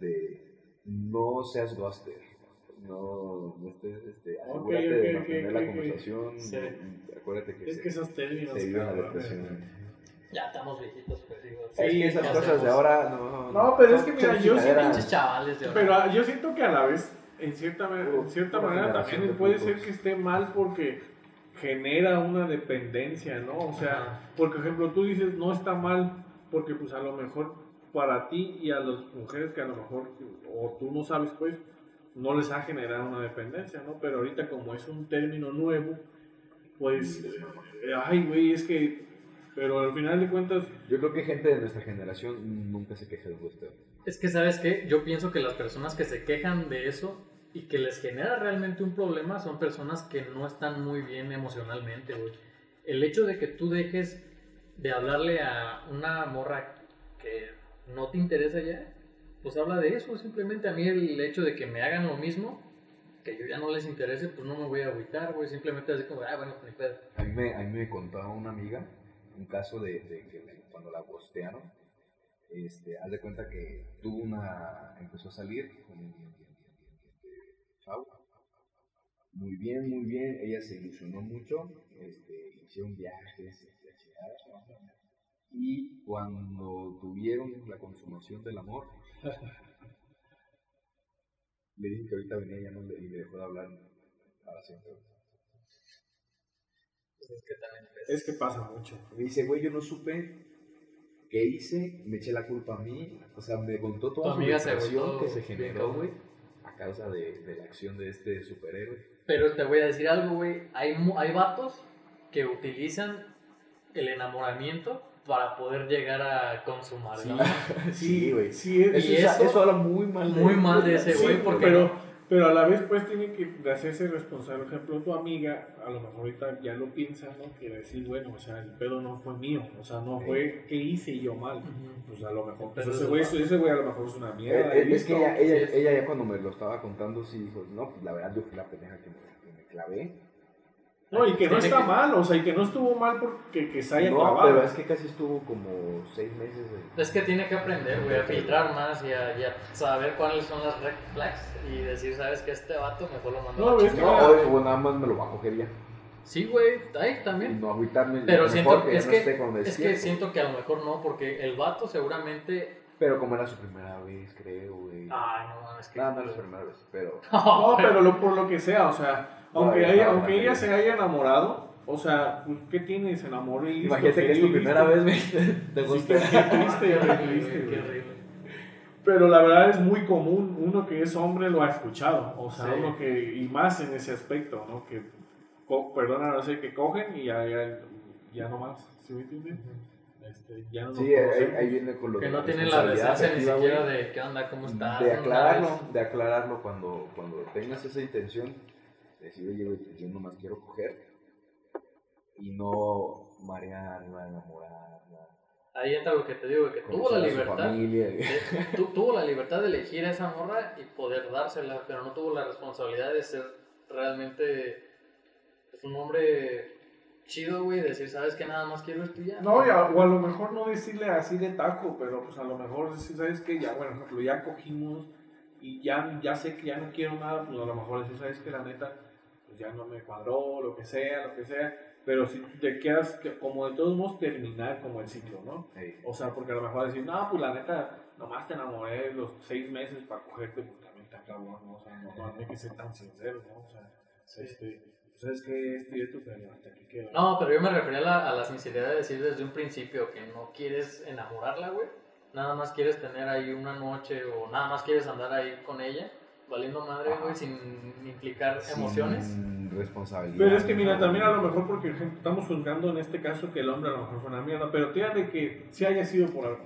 Speaker 1: de no seas ghoster, no, no estés, este,
Speaker 3: Ok,
Speaker 1: asegúrate
Speaker 3: ok,
Speaker 1: de
Speaker 3: ok,
Speaker 1: mantener
Speaker 3: ok,
Speaker 1: la
Speaker 3: ok.
Speaker 1: conversación,
Speaker 2: Sí.
Speaker 1: y acuérdate que,
Speaker 3: Es
Speaker 1: se-
Speaker 3: que esos términos.
Speaker 1: se vive la
Speaker 3: cabrón,
Speaker 1: depresión.
Speaker 3: güey.
Speaker 2: Ya estamos viejitos, pues digo.
Speaker 1: Es que esas
Speaker 2: ya
Speaker 1: cosas de
Speaker 2: hacemos.
Speaker 1: ahora no...
Speaker 3: No, pero es que, mira,
Speaker 1: son
Speaker 3: yo sí
Speaker 1: chingaderas.
Speaker 2: Pinches chavales de ahora.
Speaker 3: Pero ah, yo siento que a la vez, en cierta, ma- en cierta
Speaker 1: Una
Speaker 3: manera,
Speaker 1: generación
Speaker 3: también
Speaker 1: de
Speaker 3: puede
Speaker 1: putos.
Speaker 3: ser que esté mal porque genera una dependencia, ¿no? O
Speaker 2: Ajá.
Speaker 3: sea, porque, por ejemplo, tú dices, no está mal, porque pues a lo mejor para ti y a las mujeres que a lo mejor, o tú no sabes, pues, no les ha generado una dependencia, ¿no? Pero ahorita como es un término nuevo, pues, eh, ay, güey, es que, pero al final de cuentas,
Speaker 1: Yo creo que gente de nuestra generación nunca se queja de ghosteo.
Speaker 2: Es que, ¿sabes qué? Yo pienso que las personas que se quejan de eso y que les genera realmente un problema son personas que no están muy bien emocionalmente, güey. El hecho de que tú dejes de hablarle a una morra que no te interesa ya, pues habla de eso. Simplemente a mí el hecho de que me hagan lo mismo, que yo ya no les interese, pues no me voy a agüitar, güey. Simplemente así como, ah, bueno, pues ni pedo.
Speaker 1: A mí me, a mí me contaba una amiga un caso de, de que la- cuando la bostearon, este, haz de cuenta que tuvo una, empezó a salir con un chavo. Muy bien, muy bien, ella se ilusionó mucho, este, hicieron viajes, la chingada. y cuando tuvieron la consumación del amor, le dije que ahorita venía y ya no le, y le dejó de hablar para siempre.
Speaker 2: Pues es que también es-
Speaker 3: es que pasa mucho.
Speaker 1: Me dice, güey, yo no supe qué hice, me eché la culpa a mí. O sea, me contó
Speaker 2: Tu
Speaker 1: toda su
Speaker 2: amiga se
Speaker 1: depresión
Speaker 2: agotó,
Speaker 1: que se
Speaker 2: bien
Speaker 1: generó,
Speaker 2: cabrón.
Speaker 1: güey, a causa de, de la acción de este superhéroe.
Speaker 2: Pero te voy a decir algo, güey. Hay, mu- hay vatos que utilizan el enamoramiento para poder llegar a consumar.
Speaker 1: Sí,
Speaker 2: ¿no?
Speaker 1: Sí, güey.
Speaker 3: Sí, es,
Speaker 2: Y eso-
Speaker 1: habla muy mal
Speaker 2: muy
Speaker 1: él,
Speaker 2: mal de
Speaker 1: güey.
Speaker 2: ese
Speaker 3: Sí,
Speaker 2: güey, porque-
Speaker 3: pero, pero a la vez pues tiene que hacerse responsable. Por ejemplo, tu amiga, a lo mejor ahorita ya lo piensa, ¿no? Que decir, bueno, o sea, el pedo no fue mío, o sea, no fue que hice yo mal. Pues a lo mejor, pues,
Speaker 2: Pero
Speaker 3: ese
Speaker 2: es
Speaker 3: güey,
Speaker 2: lo
Speaker 3: ese güey a lo mejor es una
Speaker 1: Eh,
Speaker 3: mierda.
Speaker 1: eh,
Speaker 3: y
Speaker 1: es que
Speaker 3: listo.
Speaker 1: ella, ella,
Speaker 2: Sí.
Speaker 1: ella ya cuando me lo estaba contando, sí dijo, no, pues la verdad yo fui la pendeja que me, que me clavé.
Speaker 3: No, y que no
Speaker 2: Tiene
Speaker 3: está
Speaker 2: que-
Speaker 3: mal, o sea, y que no estuvo mal porque que se haya
Speaker 1: no,
Speaker 3: clavado.
Speaker 1: pero es que casi estuvo como seis meses. de-
Speaker 2: Es que tiene que aprender, güey, a filtrar más y a, y a saber cuáles son las red flags y decir, ¿sabes que Este vato mejor lo mando a
Speaker 3: No,
Speaker 2: la
Speaker 3: es
Speaker 2: chingada.
Speaker 1: No,
Speaker 3: Mira,
Speaker 1: o- o nada más me lo va a coger ya.
Speaker 2: Sí, güey, ahí
Speaker 1: Y
Speaker 2: también.
Speaker 1: no agüitarme.
Speaker 2: Pero
Speaker 1: mejor
Speaker 2: siento
Speaker 1: ya
Speaker 2: es
Speaker 1: no
Speaker 2: que,
Speaker 1: esté con
Speaker 2: es que
Speaker 1: despierto.
Speaker 2: siento que a lo mejor no, porque el vato seguramente...
Speaker 1: Pero como era su primera vez, creo, güey.
Speaker 2: Ay, no, mames, que...
Speaker 1: Nada, no era su primera vez, pero...
Speaker 3: No, pero lo, por lo que sea, o sea,
Speaker 1: No,
Speaker 3: aunque,
Speaker 1: ya
Speaker 3: haya-
Speaker 1: estaba
Speaker 3: aunque ella
Speaker 1: mal.
Speaker 3: se haya enamorado, o sea, pues, ¿qué tiene? Se enamoró y listo,
Speaker 1: Imagínate que es
Speaker 3: feliz,
Speaker 1: tu primera
Speaker 3: listo.
Speaker 1: vez, güey. Te
Speaker 3: Sí,
Speaker 1: gusta.
Speaker 3: qué, qué triste,
Speaker 2: Qué
Speaker 3: güey, qué
Speaker 2: horrible,
Speaker 3: triste,
Speaker 2: qué
Speaker 3: güey.
Speaker 2: horrible.
Speaker 3: Pero la verdad es muy común, uno que es hombre lo ha escuchado, o sea,
Speaker 2: Sí.
Speaker 3: uno que, y más en ese aspecto, ¿no? Que, co- perdona, no sé, que cogen y ya, ya, ya no más, ¿sí me entienden? Este, ya no
Speaker 1: Sí,
Speaker 3: nos
Speaker 1: ahí,
Speaker 3: conocemos.
Speaker 1: ahí viene con lo
Speaker 2: Que
Speaker 1: de
Speaker 2: no tienen la decencia ni
Speaker 1: responsabilidad
Speaker 2: siquiera
Speaker 1: afectiva,
Speaker 2: de qué onda, cómo estás.
Speaker 1: güey. De
Speaker 2: ¿no?
Speaker 1: aclararlo, de aclararlo cuando, cuando tengas esa intención. Decir, oye, güey, pues yo nomás quiero coger. Y no marearla, enamorarla.
Speaker 2: Ahí entra lo que te digo, que tuvo la
Speaker 1: Conocer a su
Speaker 2: libertad.
Speaker 1: familia, güey.
Speaker 2: de- tu- tuvo la libertad de elegir a esa morra y poder dársela, pero no tuvo la responsabilidad de ser realmente pues, un hombre chido, güey, decir, ¿sabes que Nada más quiero esto y ya.
Speaker 3: No, y a- o a lo mejor no decirle así de taco, pero pues a lo mejor decir, ¿sabes qué? Ya, bueno, ejemplo, ya cogimos y ya, ya sé que ya no quiero nada, pues a lo mejor decir, ¿sabes qué? La neta, pues ya no me cuadró, lo que sea, lo que sea. Pero si te quedas, que- como de todos modos, terminar como el ciclo, ¿no?
Speaker 5: Ey,
Speaker 3: O sea, porque a lo mejor decir, no, pues la neta, nomás te enamoré los seis meses para cogerte, pues también está cabrón, ¿no? O sea, no, no hay que ser tan sincero, ¿no? O sea, este, ¿sabes qué? Este y esto, pero hasta aquí queda.
Speaker 2: No, pero yo me refería a la, a la sinceridad de decir desde un principio que no quieres enamorarla, güey. Nada más quieres tener ahí una noche o nada más quieres andar ahí con ella, valiendo madre, güey, sin implicar emociones.
Speaker 1: Sin responsabilidad.
Speaker 3: Pero es que mira, también a lo mejor porque ejemplo, estamos juzgando en este caso que el hombre a lo mejor fue una mierda, pero tírale que si haya sido por algo.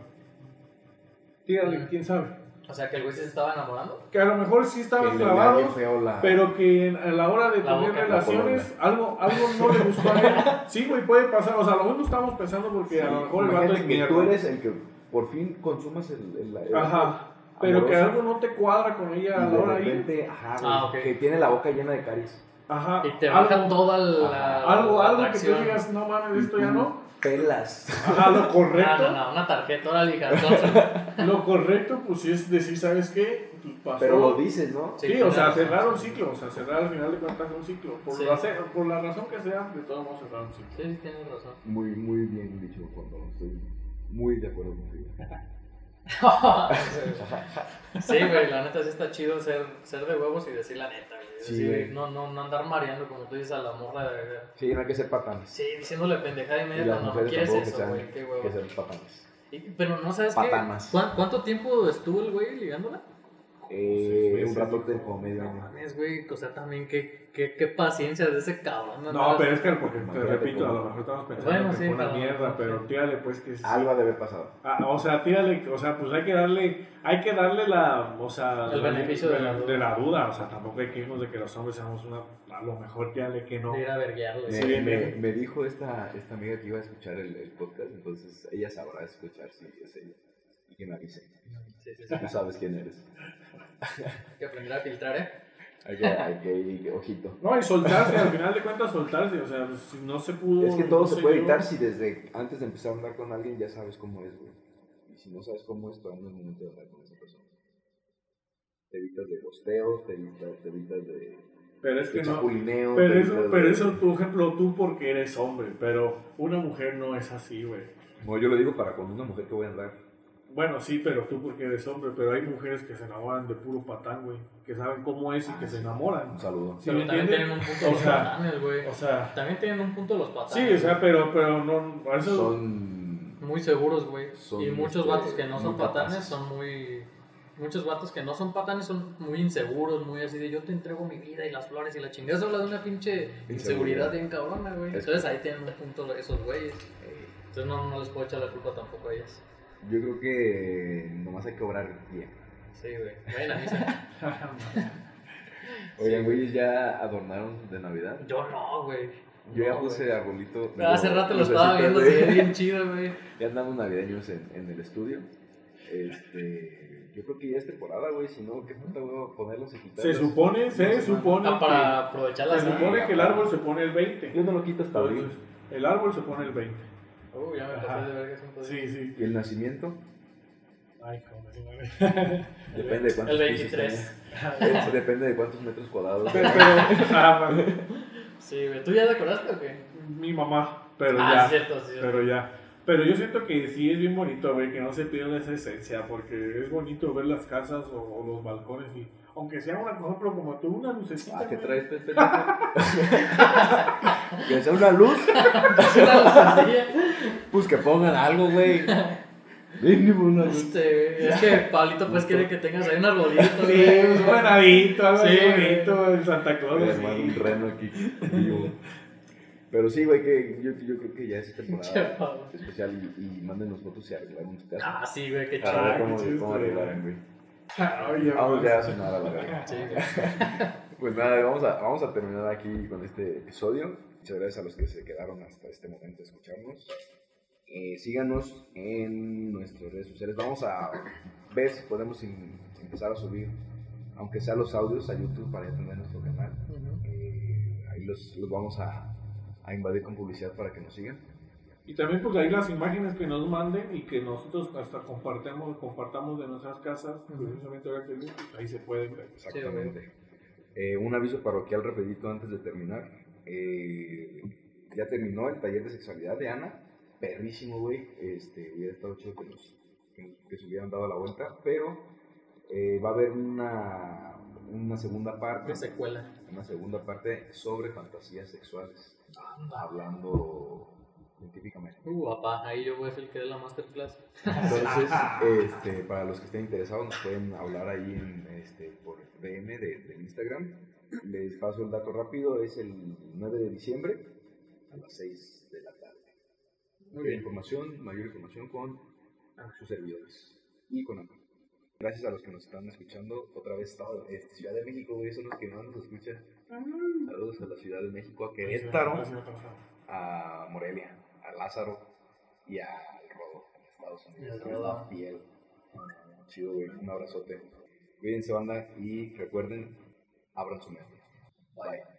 Speaker 3: Tírale,
Speaker 2: Ujú.
Speaker 3: quién sabe.
Speaker 2: O sea, que el güey sí se estaba enamorando.
Speaker 3: Que a lo mejor sí
Speaker 1: Que
Speaker 3: estaban
Speaker 1: le da bien
Speaker 3: clavados,
Speaker 1: feo la-
Speaker 3: pero que en- a la hora de
Speaker 2: La
Speaker 3: tener
Speaker 2: boca, la
Speaker 3: relaciones algo, algo no le gustó a él. Sí, güey, puede pasar. O sea, a lo mejor no estamos pensando porque a lo mejor el vato
Speaker 1: Imagínate
Speaker 3: es
Speaker 1: que
Speaker 3: mierda.
Speaker 1: tú eres el que por fin consumas el, el- el-
Speaker 3: Ajá. Pero que
Speaker 1: amoroso,
Speaker 3: algo no te cuadra con
Speaker 1: y
Speaker 3: ella a la
Speaker 1: de
Speaker 3: hora ahí.
Speaker 1: repente, ajá, güey,
Speaker 2: Ah, ok.
Speaker 1: que tiene la boca llena de caries.
Speaker 3: Ajá.
Speaker 2: Y te
Speaker 3: algo-
Speaker 2: bajan toda la.
Speaker 3: Algo,
Speaker 2: la
Speaker 3: algo que tú
Speaker 2: atracción.
Speaker 3: digas, no mames, esto ya no.
Speaker 1: Pelas.
Speaker 3: Ajá, lo correcto.
Speaker 2: No, no, no, una tarjeta, ahora dije, entonces.
Speaker 3: Lo correcto, pues sí es decir, ¿sabes qué? Pues pasó.
Speaker 1: Pero lo dices, ¿no?
Speaker 3: Sí, o sea, cerrar un ciclo, o sea, cerrar al final de cuentas un ciclo. Por,
Speaker 2: Sí.
Speaker 3: la, ce- por la razón que sea, de todos modos cerrar un ciclo.
Speaker 2: Sí, sí, tienes razón.
Speaker 5: Muy, muy bien dicho, Juan Pablo, Estoy muy de acuerdo contigo.
Speaker 2: sí, güey, la neta sí está chido ser, ser de huevos y decir la neta, güey.
Speaker 1: Sí,
Speaker 2: Decir,
Speaker 1: güey.
Speaker 2: no, no, no andar mareando, como tú dices, a la morra. güey.
Speaker 1: Sí, no hay que ser patanes.
Speaker 2: Sí, diciéndole pendejada y
Speaker 1: Y
Speaker 2: media
Speaker 1: las
Speaker 2: cuando no
Speaker 1: mujeres
Speaker 2: quieres
Speaker 1: tampoco que
Speaker 2: eso,
Speaker 1: sean,
Speaker 2: güey, qué
Speaker 1: que
Speaker 2: huevo.
Speaker 1: sean patanes.
Speaker 2: Y- Pero no sabes qué.
Speaker 1: Patanas.
Speaker 2: ¿Cuán- ¿Cuánto tiempo estuvo el güey ligándola?
Speaker 1: Eh,
Speaker 3: Sí, sí,
Speaker 1: un
Speaker 3: sí,
Speaker 1: rato
Speaker 3: sí.
Speaker 1: de comedia.
Speaker 2: No mames, güey, o sea, también qué, qué, qué paciencia de ese cabrón.
Speaker 3: No, pero es que porque te
Speaker 1: Imagínate
Speaker 3: repito, a
Speaker 1: cómo.
Speaker 3: lo mejor estamos pensando
Speaker 2: Bueno,
Speaker 3: que
Speaker 2: sí,
Speaker 3: fue una
Speaker 2: pero-
Speaker 3: mierda, pero tírale pues que sí.
Speaker 1: Algo ha de haber pasado.
Speaker 3: Ah, o sea, tírale, o sea, pues hay que darle, hay que darle la, o sea,
Speaker 2: El
Speaker 3: la-
Speaker 2: beneficio de la duda.
Speaker 3: de la duda, o sea, tampoco hay que irnos de que los hombres seamos una, a lo mejor tírale que no.
Speaker 2: De ir a verguearlo.
Speaker 1: Me,
Speaker 3: Sí, bien,
Speaker 1: me-
Speaker 3: bien.
Speaker 1: me dijo esta, esta amiga que iba a escuchar el, el podcast, entonces ella sabrá escuchar si es ella. Y que me avise.
Speaker 2: Sí, sí, sí.
Speaker 1: Tú sabes quién eres.
Speaker 2: Hay que aprender a filtrar, ¿eh?
Speaker 1: Hay que, hay que- hay que- ojito.
Speaker 3: No, y soltarse, al final de cuentas soltarse, o sea, pues, si no se pudo.
Speaker 1: Es que todo
Speaker 3: no
Speaker 1: se puede
Speaker 3: dio.
Speaker 1: evitar si desde antes de empezar a andar con alguien ya sabes cómo es, güey. Y si no sabes cómo es, todavía no es momento de hablar con esa persona. Te evitas de gosteos, te evitas, te evitas de,
Speaker 3: Pero es que
Speaker 1: de
Speaker 3: no,
Speaker 1: chapulineo.
Speaker 3: Pero
Speaker 1: te
Speaker 3: eso,
Speaker 1: evitas
Speaker 3: pero
Speaker 1: de-
Speaker 3: eso, tu ejemplo, tú porque eres hombre, pero una mujer no es así, güey.
Speaker 1: No, yo lo digo para con una mujer que voy a andar.
Speaker 3: Bueno, sí, pero tú porque eres hombre, pero hay mujeres que se enamoran de puro patán, güey, que saben cómo es y que se enamoran.
Speaker 1: Un saludo.
Speaker 3: ¿Sí
Speaker 2: Pero
Speaker 3: me
Speaker 2: también
Speaker 3: entiendes?
Speaker 2: tienen un punto los
Speaker 3: O sea,
Speaker 2: patanes, güey.
Speaker 3: O sea,
Speaker 2: También tienen un punto los patanes.
Speaker 3: sí, o sea, pero, pero no, a eso,
Speaker 1: Son.
Speaker 2: Muy seguros, güey.
Speaker 1: Son,
Speaker 2: Y muchos
Speaker 1: este,
Speaker 2: vatos que no
Speaker 1: muy
Speaker 2: son patanes
Speaker 1: capaces.
Speaker 2: son muy. Muchos vatos que no son patanes son muy inseguros, muy así de yo te entrego mi vida y las flores y la chingada. Eso habla de una pinche
Speaker 1: Inseguridad.
Speaker 2: inseguridad bien cabrona, güey.
Speaker 1: Es-
Speaker 2: Entonces ahí tienen un punto esos güeyes. Entonces no, no les puedo echar la culpa tampoco a ellas.
Speaker 5: Yo creo que nomás hay que obrar bien.
Speaker 2: Sí, güey. Vayan a misa.
Speaker 1: Oigan,
Speaker 2: Sí.
Speaker 1: güeyes, ya adornaron de Navidad.
Speaker 2: Yo no, güey.
Speaker 1: Yo ya
Speaker 2: No,
Speaker 1: puse arbolito.
Speaker 2: güey. Hace
Speaker 1: digo,
Speaker 2: rato lo
Speaker 1: lucecitas
Speaker 2: estaba viendo,
Speaker 1: de-
Speaker 2: se ve bien chido, güey.
Speaker 1: Ya andamos navideños en, en el estudio. Este, yo creo que ya es temporada, güey. Si no, qué puta, güey, ponerlos y quitarlos.
Speaker 3: se supone, se supone,
Speaker 2: Ah,
Speaker 3: que,
Speaker 2: para aprovechar la
Speaker 3: se supone que el árbol se pone el 20.
Speaker 1: Yo no lo quito hasta abril.
Speaker 3: Entonces, el árbol se pone el 20.
Speaker 2: Uh, ya me
Speaker 3: Ajá.
Speaker 2: pasé de verga hace un poquito.
Speaker 3: Sí, sí.
Speaker 1: ¿Y el nacimiento?
Speaker 3: Ay, cómo se me-
Speaker 1: Depende de cuántos
Speaker 2: El
Speaker 1: pisos
Speaker 2: 23.
Speaker 1: tenga. Es- depende de cuántos metros cuadrados.
Speaker 3: Pero, ah,
Speaker 2: Sí, güey. ¿Tú ya te acordaste o qué?
Speaker 3: mi mamá, pero
Speaker 2: ah,
Speaker 3: ya.
Speaker 2: es cierto, sí.
Speaker 3: Pero ya. Pero yo siento que sí es bien bonito, güey, que no se pierda esa esencia, porque es bonito ver las casas o, o los balcones y. Aunque sea una, por ejemplo, como tú, una lucecita.
Speaker 1: Ah, ¿qué
Speaker 3: güey.
Speaker 1: traes, Pepe? que sea una luz,
Speaker 2: Sí, era la sencilla.
Speaker 1: pues que pongan algo, güey. Mínimo una luz.
Speaker 2: Este, es que Pablito pues quiere que tengas ahí un arbolito.
Speaker 3: Sí,
Speaker 2: güey.
Speaker 3: un venadito, algo así
Speaker 2: Sí,
Speaker 3: bonito, el Santa Claus.
Speaker 1: Voy a
Speaker 3: sí.
Speaker 1: armar un reno aquí. vivo. Pero sí, güey, que yo, yo creo que ya es
Speaker 2: Che,
Speaker 1: temporada
Speaker 2: Pablo.
Speaker 1: especial y, y mándenos fotos y arreglaron su casa.
Speaker 2: Ah, sí, güey, qué
Speaker 1: Para
Speaker 2: chido.
Speaker 1: ver cómo,
Speaker 3: qué chido
Speaker 1: cómo
Speaker 3: estaría.
Speaker 1: arreglaron, güey.
Speaker 3: Ay, ya,
Speaker 1: Vamos
Speaker 3: güey.
Speaker 1: ya a sonar a la verga.
Speaker 2: Sí, güey.
Speaker 1: Pues nada, vamos a, vamos a terminar aquí con este episodio. Muchas gracias a los que se quedaron hasta este momento a escucharnos. Eh, síganos en nuestras redes sociales. Vamos a ver si podemos in- empezar a subir, aunque sea los audios a YouTube para ya tener nuestro canal. Eh, ahí los, los vamos a, a invadir con publicidad para que nos sigan.
Speaker 3: Y también pues ahí las imágenes que nos manden y que nosotros hasta compartamos, compartamos de nuestras casas,
Speaker 2: Ujú.
Speaker 3: precisamente ahora que digo, pues, ahí se pueden ver.
Speaker 1: Exactamente. Eh, un aviso parroquial rapidito antes de terminar. Eh, ya terminó el taller de sexualidad de Ana. Perrísimo, güey. Este, hubiera estado chido que, nos, que, que se hubieran dado la vuelta. Pero eh, va a haber una, una segunda parte.
Speaker 2: Una secuela.
Speaker 1: Una segunda parte sobre fantasías sexuales. Hablando científicamente.
Speaker 2: Uh, papá, ahí yo voy a ser el que dé la masterclass.
Speaker 1: Entonces, este, para los que estén interesados, nos pueden hablar ahí en, este, por DM de, del Instagram. Les paso el dato rápido, es el 9 de diciembre a las 6 de la tarde.
Speaker 2: Muy bien. Ah.
Speaker 1: Información, mayor información con sus servidores y con Ana. Gracias a los que nos están escuchando. Otra vez, estado, este, Ciudad de México, güey, son los que más nos escuchan.
Speaker 2: Ah.
Speaker 1: Saludos a la Ciudad de México,
Speaker 2: Pues
Speaker 1: a Querétaro, a Morelia, a Lázaro y a Rodo, en Estados Unidos.
Speaker 2: Y al Rodo.
Speaker 1: Rodo fiel. Chido, güey. Un abrazote. Cuídense, banda, y recuerden, abran su mente. Bye.